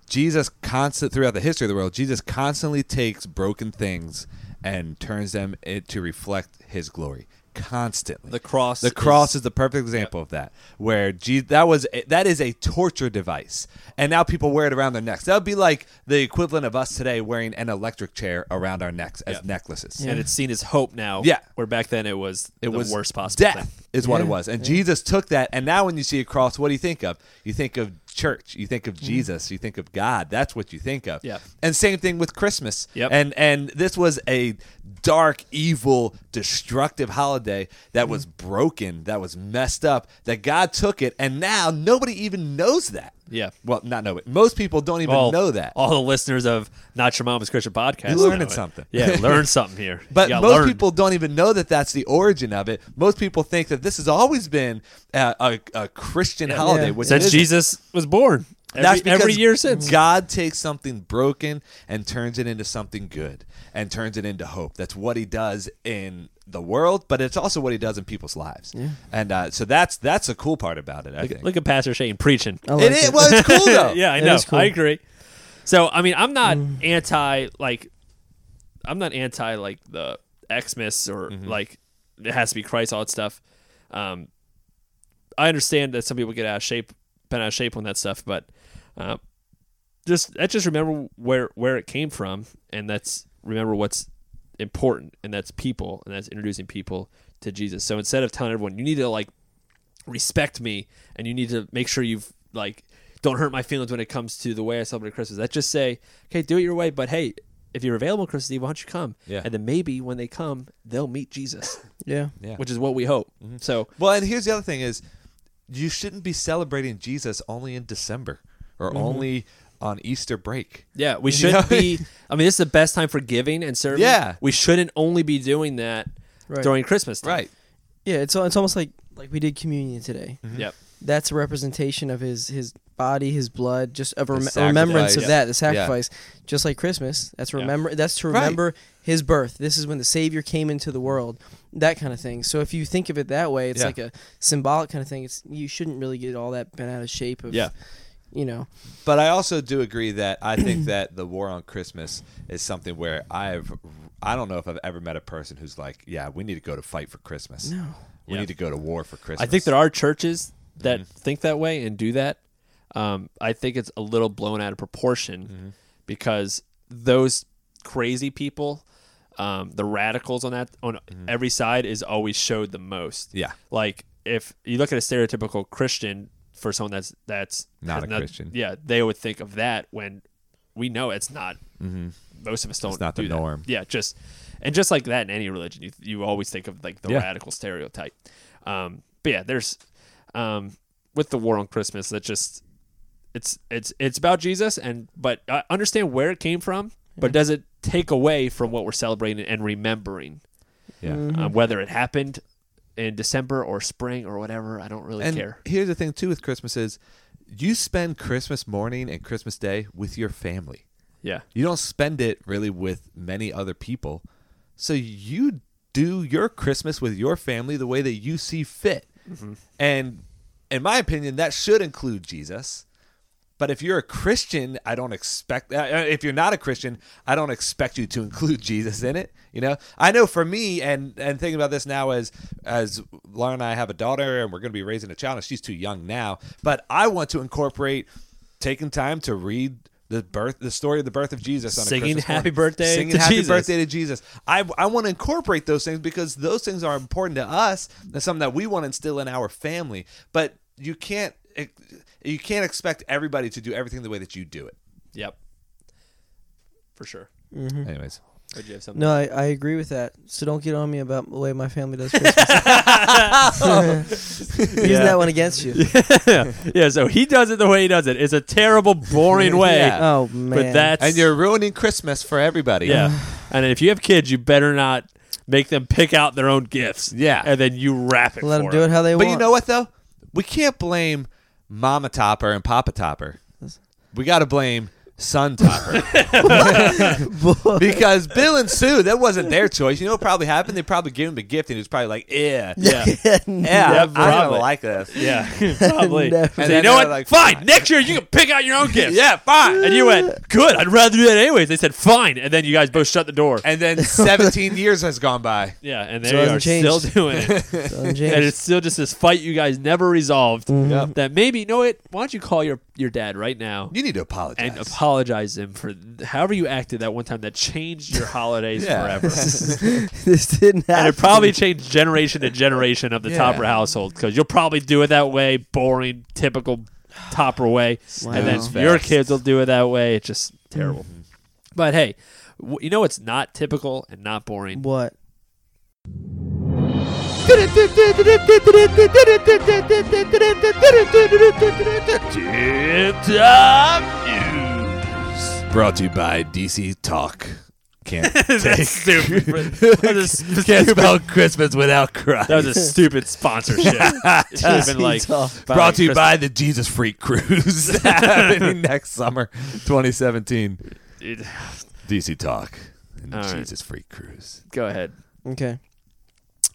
[SPEAKER 1] Jesus constant throughout the history of the world, Jesus constantly takes broken things and turns them in, to reflect His glory constantly.
[SPEAKER 3] The cross
[SPEAKER 1] The
[SPEAKER 3] is-
[SPEAKER 1] cross is, the perfect example of that, where Je- that was a, that is a torture device, and now people wear it around their necks. That would be like the equivalent of us today wearing an electric chair around our necks as
[SPEAKER 3] Yeah.
[SPEAKER 1] necklaces.
[SPEAKER 3] and it's seen as hope now.
[SPEAKER 1] Yeah.
[SPEAKER 3] where back then it was
[SPEAKER 1] It
[SPEAKER 3] the
[SPEAKER 1] was
[SPEAKER 3] worst possible
[SPEAKER 1] death
[SPEAKER 3] thing.
[SPEAKER 1] is what it
[SPEAKER 2] Yeah,
[SPEAKER 1] was, and Jesus took that. And now, when you see a cross, what do you think of? You think of church. You think of
[SPEAKER 2] Mm-hmm.
[SPEAKER 1] Jesus. You think of God. That's what you think of.
[SPEAKER 3] Yeah.
[SPEAKER 1] And same thing with Christmas.
[SPEAKER 3] Yep.
[SPEAKER 1] And and this was a dark, evil, destructive holiday that
[SPEAKER 2] Mm-hmm.
[SPEAKER 1] was broken, that was messed up, that God took it, and now nobody even knows that.
[SPEAKER 3] Yeah.
[SPEAKER 1] Well, not know it. Most people don't even
[SPEAKER 3] All-
[SPEAKER 1] know that.
[SPEAKER 3] All the listeners of Not Your Mama's Christian podcast,
[SPEAKER 1] You learning
[SPEAKER 3] know it.
[SPEAKER 1] something.
[SPEAKER 3] Yeah, learn something here.
[SPEAKER 1] But
[SPEAKER 3] You gotta
[SPEAKER 1] most
[SPEAKER 3] learn.
[SPEAKER 1] people don't even know that that's the origin of it. Most people think that this has always been uh, a, a Christian holiday,
[SPEAKER 2] Yeah.
[SPEAKER 1] which it
[SPEAKER 3] since
[SPEAKER 1] isn't.
[SPEAKER 3] Jesus was born. Every,
[SPEAKER 1] That's because
[SPEAKER 3] every year since.
[SPEAKER 1] God takes something broken and turns it into something good and turns it into hope. That's what He does in the world, but it's also what He does in people's lives. And uh, so that's that's a cool part about it. I think
[SPEAKER 3] Look at Pastor Shane preaching.
[SPEAKER 2] I like
[SPEAKER 1] it, is- well, it's cool though.
[SPEAKER 3] yeah, I
[SPEAKER 2] It
[SPEAKER 3] know.
[SPEAKER 2] is cool.
[SPEAKER 3] I agree. So I mean, I'm not anti like, I'm not anti like the Xmas or like it has to be Christ all that stuff. Um, I understand that some people get out of shape, been out of shape on that stuff, but uh, just I just remember where where it came from, and that's remember what's important, and that's people, and that's introducing people to Jesus. So instead of telling everyone you need to like respect me and you need to make sure you've like don't hurt my feelings when it comes to the way I celebrate Christmas. That just say, okay, do it your way, but hey, if you're available Christmas Eve, why don't you come?
[SPEAKER 1] Yeah.
[SPEAKER 3] And then maybe when they come, they'll meet Jesus,
[SPEAKER 2] Yeah.
[SPEAKER 1] Yeah. Mm-hmm.
[SPEAKER 3] which is what we hope. So
[SPEAKER 1] Well, and here's the other thing is you shouldn't be celebrating Jesus only in December
[SPEAKER 3] Mm-hmm.
[SPEAKER 1] or only on Easter break.
[SPEAKER 3] yeah, we
[SPEAKER 1] You
[SPEAKER 3] should
[SPEAKER 1] know?
[SPEAKER 3] be. I mean, this is the best time for giving and serving.
[SPEAKER 1] Yeah.
[SPEAKER 3] we shouldn't only be doing that
[SPEAKER 2] Right.
[SPEAKER 3] during Christmas time.
[SPEAKER 1] Right.
[SPEAKER 2] Yeah, it's al- it's almost like like we did communion today.
[SPEAKER 1] Mm-hmm.
[SPEAKER 3] Yep.
[SPEAKER 2] That's a representation of his his body, his blood, just a, rem- a
[SPEAKER 1] sacrifice.
[SPEAKER 2] remembrance of
[SPEAKER 1] Yeah.
[SPEAKER 2] that, the sacrifice. Just like Christmas, that's remember that's to
[SPEAKER 1] Right.
[SPEAKER 2] remember his birth. This is when the Savior came into the world. That kind of thing. So if you think of it that way, it's
[SPEAKER 1] Yeah.
[SPEAKER 2] like a symbolic kind of thing. It's you shouldn't really get all that bent out of shape of
[SPEAKER 3] Yeah.
[SPEAKER 2] you know.
[SPEAKER 1] But I also do agree that I think that the war on Christmas is something where I've I don't know if I've ever met a person who's like, yeah, we need to go to fight for Christmas. No. We
[SPEAKER 3] Yeah.
[SPEAKER 1] need to go to war for
[SPEAKER 3] I
[SPEAKER 1] Christmas.
[SPEAKER 3] think there are churches that
[SPEAKER 1] Mm-hmm.
[SPEAKER 3] think that way and do that. Um, I think it's a little blown out of proportion
[SPEAKER 1] Mm-hmm.
[SPEAKER 3] because those crazy people, um, the radicals on that on
[SPEAKER 1] Mm-hmm.
[SPEAKER 3] every side is always showed the most.
[SPEAKER 1] Yeah.
[SPEAKER 3] like if you look at a stereotypical Christian for someone that's that's
[SPEAKER 1] Not a Christian.
[SPEAKER 3] yeah, they would think of that when we know it's not. Most of us don't.
[SPEAKER 1] Mm-hmm. not the
[SPEAKER 3] do that.
[SPEAKER 1] norm.
[SPEAKER 3] Yeah, just and just like that in any religion, you you always think of like the
[SPEAKER 1] Yeah.
[SPEAKER 3] radical stereotype. Um, but yeah, there's um, with the war on Christmas that just it's it's it's about Jesus and but I understand where it came from, but does it take away from what we're celebrating and remembering?
[SPEAKER 1] yeah.
[SPEAKER 3] Um, whether it happened in December or spring or whatever, I don't really
[SPEAKER 1] and
[SPEAKER 3] care.
[SPEAKER 1] here's the thing too with Christmas is you spend Christmas morning and Christmas day with your family.
[SPEAKER 3] Yeah.
[SPEAKER 1] You don't spend it really with many other people. So you do your Christmas with your family the way that you see fit.
[SPEAKER 3] Mm-hmm.
[SPEAKER 1] And in my opinion, that should include Jesus. But if you're a Christian, I don't expect. uh, Uh, if you're not a Christian, I don't expect you to include Jesus in it. You know, I know for me, and and thinking about this now as as Laura and I have a daughter, and we're going to be raising a child, and she's too young now. But I want to incorporate taking time to read the birth, the story of the birth of Jesus, on
[SPEAKER 3] Singing
[SPEAKER 1] a Christmas
[SPEAKER 3] happy
[SPEAKER 1] morning.
[SPEAKER 3] birthday
[SPEAKER 1] singing
[SPEAKER 3] to
[SPEAKER 1] happy
[SPEAKER 3] Jesus.
[SPEAKER 1] birthday to Jesus. I I want to incorporate those things because those things are important to us. That's something that we want to instill in our family. But you can't you can't expect everybody to do everything the way that you do it.
[SPEAKER 3] Yep. For sure.
[SPEAKER 1] Anyways,
[SPEAKER 3] Would you have something?
[SPEAKER 2] No, I, I agree with that. So don't get on me about the way my family does Christmas. Using that one against you.
[SPEAKER 3] yeah, so he does it the way he does it. It's a terrible, boring way.
[SPEAKER 1] Yeah.
[SPEAKER 2] Oh man.
[SPEAKER 3] But that's
[SPEAKER 1] and you're ruining Christmas for everybody.
[SPEAKER 3] Yeah. and if you have kids, you better not make them pick out their own gifts.
[SPEAKER 1] Yeah.
[SPEAKER 3] And then you wrap it
[SPEAKER 2] let
[SPEAKER 3] for
[SPEAKER 2] them do it how they
[SPEAKER 1] but
[SPEAKER 2] want.
[SPEAKER 1] you know what though? We can't blame Mama Topper and Papa Topper. We got to blame Son Topper. because Bill and Sue, that wasn't their choice. You know what probably happened? They probably gave him a gift and he was probably like, yeah, yeah,
[SPEAKER 3] Yeah.
[SPEAKER 1] I don't
[SPEAKER 3] probably.
[SPEAKER 1] like this.
[SPEAKER 3] Yeah, probably.
[SPEAKER 2] No.
[SPEAKER 3] So
[SPEAKER 1] And
[SPEAKER 3] you
[SPEAKER 1] then they're
[SPEAKER 3] know what?
[SPEAKER 1] like,
[SPEAKER 3] fine.
[SPEAKER 1] fine.
[SPEAKER 3] Next year you can pick out your own gifts.
[SPEAKER 1] Yeah, fine.
[SPEAKER 3] And you went, good. I'd rather do that anyways. They said, fine. And then you guys both shut the door.
[SPEAKER 1] And then 17 years has gone by.
[SPEAKER 3] yeah, and
[SPEAKER 2] So
[SPEAKER 3] they
[SPEAKER 2] it
[SPEAKER 3] are
[SPEAKER 2] hasn't changed.
[SPEAKER 3] still doing it.
[SPEAKER 2] Doesn't
[SPEAKER 3] and
[SPEAKER 2] change.
[SPEAKER 3] it's still just this fight you guys never resolved.
[SPEAKER 1] Yep.
[SPEAKER 3] That maybe, you know what? Why don't you call your, your dad right now
[SPEAKER 1] You need to apologize.
[SPEAKER 3] and apologize to him for th- however you acted that one time that changed your holidays
[SPEAKER 1] Yeah.
[SPEAKER 3] forever.
[SPEAKER 2] this didn't happen.
[SPEAKER 3] and it probably changed generation to generation of the
[SPEAKER 1] Yeah.
[SPEAKER 3] Topper household because you'll probably do it that way, boring, typical Topper way, and then
[SPEAKER 1] Snooze
[SPEAKER 3] your
[SPEAKER 1] fest.
[SPEAKER 3] kids will do it that way. It's just terrible. But hey, w- you know what's not typical and not boring?
[SPEAKER 2] what?
[SPEAKER 3] Tip Top News.
[SPEAKER 1] Brought to you by DC Talk. Can't,
[SPEAKER 3] That's stupid. That was, a,
[SPEAKER 1] can't
[SPEAKER 3] stupid-
[SPEAKER 1] spell Christmas without crying.
[SPEAKER 3] that was a stupid sponsorship. It should have been like
[SPEAKER 2] Talk.
[SPEAKER 1] Brought to you by the Jesus Freak Cruise happening next summer, 2017.
[SPEAKER 3] Dude,
[SPEAKER 1] DC Talk and
[SPEAKER 3] All right.
[SPEAKER 1] Jesus Freak Cruise.
[SPEAKER 3] Go ahead.
[SPEAKER 2] Okay.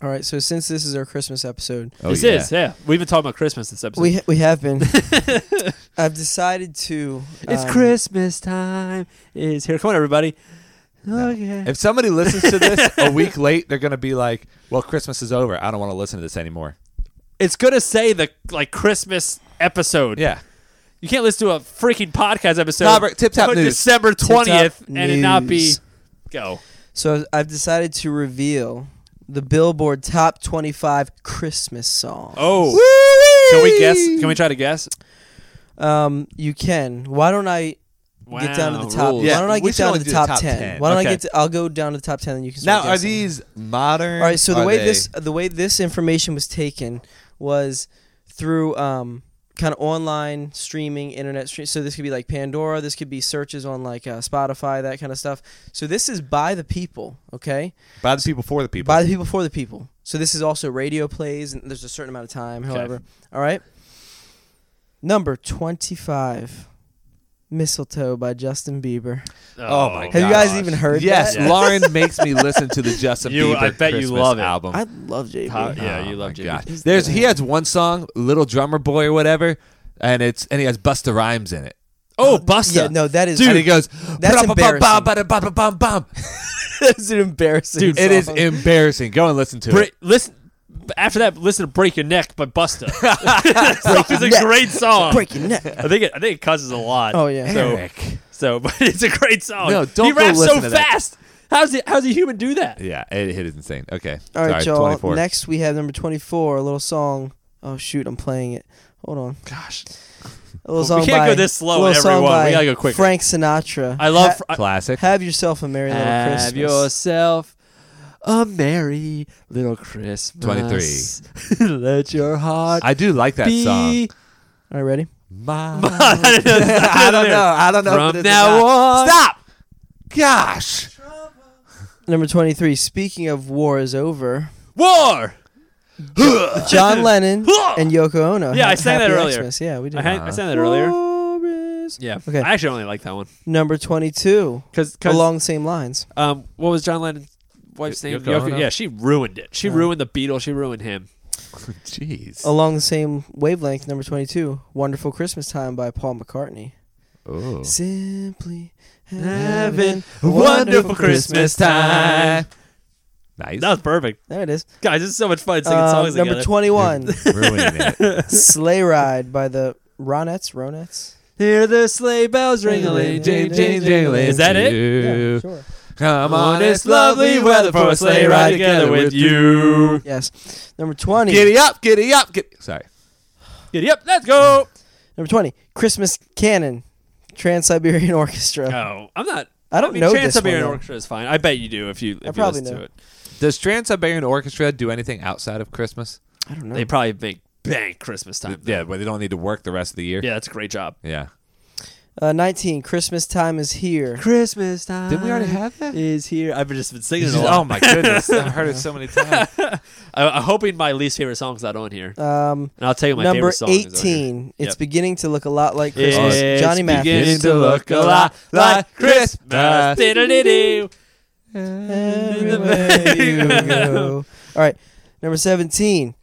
[SPEAKER 2] All right. So since this is our Christmas episode,
[SPEAKER 5] Oh,
[SPEAKER 3] this
[SPEAKER 5] yeah.
[SPEAKER 3] is yeah. We've been talking about Christmas this episode.
[SPEAKER 2] we we have been. I've decided to.
[SPEAKER 3] it's
[SPEAKER 2] um,
[SPEAKER 3] Christmas time. Is here. Come on, everybody. Oh yeah.
[SPEAKER 1] If somebody listens to this a week late, they're gonna be like, "Well, Christmas is over. I don't want to listen to this anymore."
[SPEAKER 3] It's gonna say the like Christmas episode.
[SPEAKER 1] Yeah,
[SPEAKER 3] You can't listen to a freaking podcast episode.
[SPEAKER 1] Robert, Tip Top
[SPEAKER 3] on
[SPEAKER 1] News.
[SPEAKER 3] December
[SPEAKER 2] Top
[SPEAKER 3] twentieth, and it not be
[SPEAKER 2] News.
[SPEAKER 3] go.
[SPEAKER 2] So I've decided to reveal the Billboard Top 25 Christmas songs.
[SPEAKER 3] Oh, can we guess? Can we try to guess?
[SPEAKER 2] Um, you can. Why don't I get down to the top?
[SPEAKER 1] Yeah,
[SPEAKER 2] Why don't I
[SPEAKER 1] we
[SPEAKER 2] get
[SPEAKER 1] should
[SPEAKER 2] down
[SPEAKER 1] only
[SPEAKER 2] to the
[SPEAKER 1] do the
[SPEAKER 2] top,
[SPEAKER 1] top
[SPEAKER 2] 10?
[SPEAKER 1] 10.
[SPEAKER 2] Why don't I
[SPEAKER 3] Okay.
[SPEAKER 2] get? To, I'll go down to the top 10, and you can. Start
[SPEAKER 1] Now, are
[SPEAKER 2] guessing.
[SPEAKER 1] these modern?
[SPEAKER 2] All right. So the
[SPEAKER 1] Are
[SPEAKER 2] way
[SPEAKER 1] they-
[SPEAKER 2] this the way this information was taken was through um kind of online streaming, internet stream. So this could be like Pandora. This could be searches on like uh, Spotify, that kind of stuff. So this is by the people. Okay.
[SPEAKER 1] by the people for the people.
[SPEAKER 2] By the people for the people. So this is also radio plays, and there's a certain amount of time. However, all right. Number twenty-five, "Mistletoe" by Justin Bieber.
[SPEAKER 1] Oh my
[SPEAKER 2] Have you
[SPEAKER 1] Gosh.
[SPEAKER 2] guys even heard?
[SPEAKER 1] yes,
[SPEAKER 2] that?
[SPEAKER 3] Yeah.
[SPEAKER 1] Lauren makes me listen to the Justin
[SPEAKER 3] You-
[SPEAKER 1] Bieber
[SPEAKER 3] I bet you
[SPEAKER 1] Christmas
[SPEAKER 3] love it.
[SPEAKER 1] album.
[SPEAKER 2] I love JB.
[SPEAKER 3] Top- yeah, you love
[SPEAKER 1] Uh, oh my
[SPEAKER 3] JB.
[SPEAKER 1] gosh. There's he has one song, Little Drummer Boy or whatever, and it's and he has Busta Rhymes in it.
[SPEAKER 3] Oh, Busta.
[SPEAKER 2] yeah, no, that is
[SPEAKER 1] and he goes,
[SPEAKER 2] that's embarrassing.
[SPEAKER 1] "Ba-da-ba-ba-bum-bum."
[SPEAKER 2] that's an embarrassing.
[SPEAKER 3] Dude,
[SPEAKER 1] It is
[SPEAKER 2] song.
[SPEAKER 1] embarrassing. Go and listen to
[SPEAKER 3] Bre-
[SPEAKER 1] it.
[SPEAKER 3] listen. After that, listen to "Break Your Neck" by Busta. it's a
[SPEAKER 2] neck.
[SPEAKER 3] great song.
[SPEAKER 2] break your neck.
[SPEAKER 3] I think it, I think it causes a lot.
[SPEAKER 2] Oh yeah.
[SPEAKER 3] So-
[SPEAKER 1] Eric.
[SPEAKER 3] So, but it's a great song.
[SPEAKER 1] No, don't
[SPEAKER 3] He
[SPEAKER 1] go
[SPEAKER 3] raps so
[SPEAKER 1] listen to that.
[SPEAKER 3] fast. How's it? How's a human do that?
[SPEAKER 1] Yeah, it, it is insane. Okay.
[SPEAKER 2] All right,
[SPEAKER 1] Sorry,
[SPEAKER 2] y'all.
[SPEAKER 1] 24.
[SPEAKER 2] Next we have number twenty-four. A little song. Oh shoot, I'm playing it. Hold on.
[SPEAKER 3] Gosh,
[SPEAKER 2] A little
[SPEAKER 3] We
[SPEAKER 2] song
[SPEAKER 3] can't
[SPEAKER 2] by,
[SPEAKER 3] go this
[SPEAKER 2] a
[SPEAKER 3] slow
[SPEAKER 2] little
[SPEAKER 3] on
[SPEAKER 2] song
[SPEAKER 3] everyone. We
[SPEAKER 2] by
[SPEAKER 3] gotta go quicker.
[SPEAKER 2] Frank Sinatra.
[SPEAKER 3] I love.
[SPEAKER 2] Ha-
[SPEAKER 3] Fr-
[SPEAKER 1] Classic.
[SPEAKER 2] have yourself a merry little
[SPEAKER 3] have
[SPEAKER 2] Christmas.
[SPEAKER 3] yourself a merry little Christmas.
[SPEAKER 1] 23.
[SPEAKER 3] Let your heart
[SPEAKER 1] I do like that
[SPEAKER 3] be.
[SPEAKER 1] song.
[SPEAKER 2] All right, ready?
[SPEAKER 1] My-
[SPEAKER 3] I don't know.
[SPEAKER 1] I don't know. I don't know.
[SPEAKER 3] From
[SPEAKER 1] but it's
[SPEAKER 3] now
[SPEAKER 1] not-
[SPEAKER 3] on.
[SPEAKER 1] Stop. Gosh.
[SPEAKER 2] Number 23. Speaking of war is over,
[SPEAKER 3] War.
[SPEAKER 2] John Lennon and Yoko Ono.
[SPEAKER 3] Yeah,
[SPEAKER 2] Ha-
[SPEAKER 3] I sang that
[SPEAKER 2] Happy
[SPEAKER 3] earlier.
[SPEAKER 2] Xmas. Yeah, we did.
[SPEAKER 3] I, had, I said that earlier.
[SPEAKER 2] War is-
[SPEAKER 3] Yeah.
[SPEAKER 2] Okay.
[SPEAKER 3] I actually only like that one
[SPEAKER 2] Number 22.
[SPEAKER 3] because
[SPEAKER 2] Along the same lines.
[SPEAKER 3] um what was John Lennon's wife's name?
[SPEAKER 1] Yoko
[SPEAKER 3] Yoko-
[SPEAKER 1] Ono?
[SPEAKER 3] Yeah, she ruined it. She
[SPEAKER 2] Yeah.
[SPEAKER 3] ruined the Beatles. She ruined him. Oh.
[SPEAKER 1] Jeez.
[SPEAKER 2] Along the same wavelength, number 22. Wonderful Christmas Time by Paul McCartney.
[SPEAKER 1] Ooh.
[SPEAKER 2] Simply having
[SPEAKER 3] Having
[SPEAKER 2] a
[SPEAKER 3] wonderful Christmas time.
[SPEAKER 1] Nice.
[SPEAKER 3] That was perfect,
[SPEAKER 2] There it is.
[SPEAKER 3] guys. This is so much fun singing
[SPEAKER 2] Um,
[SPEAKER 3] songs
[SPEAKER 2] number
[SPEAKER 3] together.
[SPEAKER 2] 21.
[SPEAKER 1] Ruining it.
[SPEAKER 2] Sleigh Ride by the Ronettes. Ronettes?
[SPEAKER 3] Hear the sleigh bells ringling, jing jing jingling. Is that it?
[SPEAKER 2] Yeah,
[SPEAKER 1] it?
[SPEAKER 2] sure.
[SPEAKER 1] Come on, it's lovely weather for a sleigh ride together with you.
[SPEAKER 2] Yes. Number 20.
[SPEAKER 1] Giddy up, giddy up, giddy. Sorry.
[SPEAKER 3] Yep, let's go.
[SPEAKER 2] Number 20, Christmas Canon, Trans Siberian Orchestra.
[SPEAKER 3] No, I'm not.
[SPEAKER 2] I don't
[SPEAKER 3] mean,
[SPEAKER 2] know this
[SPEAKER 3] Trans
[SPEAKER 2] one,
[SPEAKER 3] Siberian
[SPEAKER 2] though.
[SPEAKER 3] Orchestra is fine. I bet you do if you if
[SPEAKER 2] probably
[SPEAKER 3] you listen
[SPEAKER 2] know.
[SPEAKER 3] to it.
[SPEAKER 1] Does Trans Siberian Orchestra do anything outside of Christmas?
[SPEAKER 2] I don't know.
[SPEAKER 3] They probably make bank Christmas time. though.
[SPEAKER 1] Uh, Yeah, but they don't need to work the rest of the year.
[SPEAKER 3] yeah, that's a great job.
[SPEAKER 1] Yeah.
[SPEAKER 2] Uh, 19, Christmas Time is Here.
[SPEAKER 3] Christmas time.
[SPEAKER 1] Didn't we already have that?
[SPEAKER 3] Is here. I've just been singing it a lot.
[SPEAKER 1] Oh my goodness. I've heard it so many times.
[SPEAKER 3] I, I'm hoping my least favorite song's not on here,
[SPEAKER 2] Um,
[SPEAKER 3] and I'll tell you my
[SPEAKER 2] number
[SPEAKER 3] favorite song. Is on here.
[SPEAKER 2] 18, It's
[SPEAKER 3] Yep.
[SPEAKER 2] Beginning to Look a Lot Like Christmas.
[SPEAKER 3] It's
[SPEAKER 2] Johnny Mathis.
[SPEAKER 3] beginning to look a lot like Christmas. Diddle-diddle.
[SPEAKER 2] Everywhere you go. All right, number 17,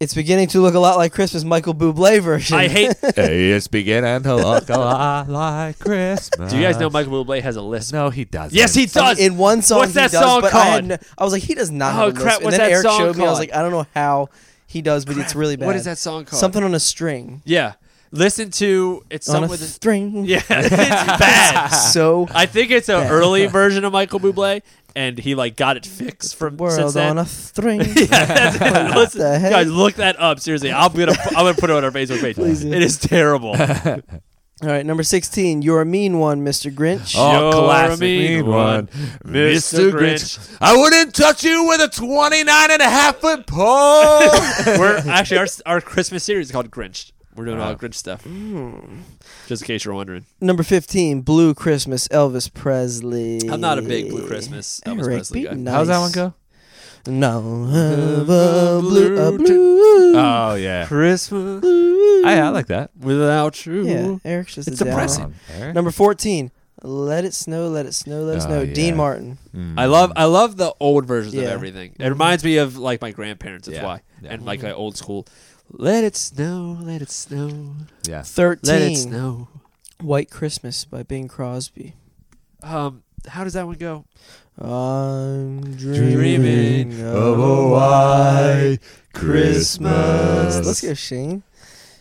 [SPEAKER 2] It's Beginning to Look a Lot Like Christmas, Michael Bublé version.
[SPEAKER 3] I hate.
[SPEAKER 1] Hey, it's beginning to look a lot "Ah, like Christmas.
[SPEAKER 3] Do you guys know Michael Bublé has a list?
[SPEAKER 1] No, he doesn't.
[SPEAKER 3] Yes, he does.
[SPEAKER 2] In one song,
[SPEAKER 3] What's
[SPEAKER 2] he
[SPEAKER 3] that
[SPEAKER 2] does,
[SPEAKER 3] song
[SPEAKER 2] but I, had
[SPEAKER 3] called?
[SPEAKER 2] no- I was like, he does not.
[SPEAKER 3] Oh,
[SPEAKER 2] have a list.
[SPEAKER 3] crap, what's
[SPEAKER 2] and then
[SPEAKER 3] that
[SPEAKER 2] Eric
[SPEAKER 3] song
[SPEAKER 2] showed me. I was
[SPEAKER 3] called?
[SPEAKER 2] like, I don't know how he does, but it's really bad.
[SPEAKER 3] What is that song called?
[SPEAKER 2] Something on a string.
[SPEAKER 3] Yeah, listen to it's
[SPEAKER 2] on
[SPEAKER 3] some
[SPEAKER 2] a
[SPEAKER 3] with a-
[SPEAKER 2] string.
[SPEAKER 3] yeah, it's bad.
[SPEAKER 2] So
[SPEAKER 3] I think it's an
[SPEAKER 2] Bad.
[SPEAKER 3] early version of Michael Bublé, and he like got it fixed from since
[SPEAKER 2] world
[SPEAKER 3] then.
[SPEAKER 2] on a string.
[SPEAKER 3] yeah, that's it. Listen,
[SPEAKER 2] the heck?
[SPEAKER 3] guys, look that up seriously. I'm gonna I'm gonna put it on our Facebook page.
[SPEAKER 2] Please do.
[SPEAKER 3] It is terrible.
[SPEAKER 2] All right, number sixteen. You're a mean one, Mr. Grinch.
[SPEAKER 1] Oh,
[SPEAKER 3] You're
[SPEAKER 1] classic
[SPEAKER 3] a mean
[SPEAKER 1] mean one,
[SPEAKER 3] one,
[SPEAKER 1] Mr.
[SPEAKER 3] Mr.
[SPEAKER 1] Grinch. I wouldn't touch you with a 29 and a half foot pole.
[SPEAKER 3] We're actually our our Christmas series is called Grinch. We're doing all
[SPEAKER 1] Wow.
[SPEAKER 3] Grinch stuff.
[SPEAKER 2] Mm.
[SPEAKER 3] Just in case you're wondering,
[SPEAKER 2] Number fifteen. Blue Christmas, Elvis Presley.
[SPEAKER 3] I'm not a big Blue Christmas Elvis
[SPEAKER 2] Eric,
[SPEAKER 3] Presley
[SPEAKER 2] be
[SPEAKER 3] guy.
[SPEAKER 2] nice.
[SPEAKER 1] How's that one go?
[SPEAKER 2] No, have a blue, uh, a blue. Oh,
[SPEAKER 1] Oh, yeah.
[SPEAKER 3] Christmas
[SPEAKER 1] I, I like that.
[SPEAKER 3] without you.
[SPEAKER 2] yeah, Eric's just
[SPEAKER 3] It's
[SPEAKER 2] a downer.
[SPEAKER 3] depressing.
[SPEAKER 1] Um, Eric?
[SPEAKER 2] Number fourteen. Let it snow, let it snow, let it
[SPEAKER 1] Oh,
[SPEAKER 2] snow.
[SPEAKER 1] yeah.
[SPEAKER 2] Dean Martin.
[SPEAKER 1] Hmm. Mm-hmm.
[SPEAKER 3] I love I love the old versions of
[SPEAKER 2] Yeah.
[SPEAKER 3] everything. It reminds me of like my grandparents. That's
[SPEAKER 1] Yeah.
[SPEAKER 3] why,
[SPEAKER 1] Yeah.
[SPEAKER 3] and
[SPEAKER 2] Mm-hmm.
[SPEAKER 3] like my old school. Let it snow, let it snow,
[SPEAKER 1] Yeah.
[SPEAKER 3] let it
[SPEAKER 2] Thirteen.
[SPEAKER 3] snow.
[SPEAKER 2] White Christmas by Bing Crosby.
[SPEAKER 3] Um, how does that one go?
[SPEAKER 2] I'm
[SPEAKER 3] Dreaming
[SPEAKER 2] dreaming,
[SPEAKER 1] Of a white Christmas.
[SPEAKER 2] Let's go, Shane.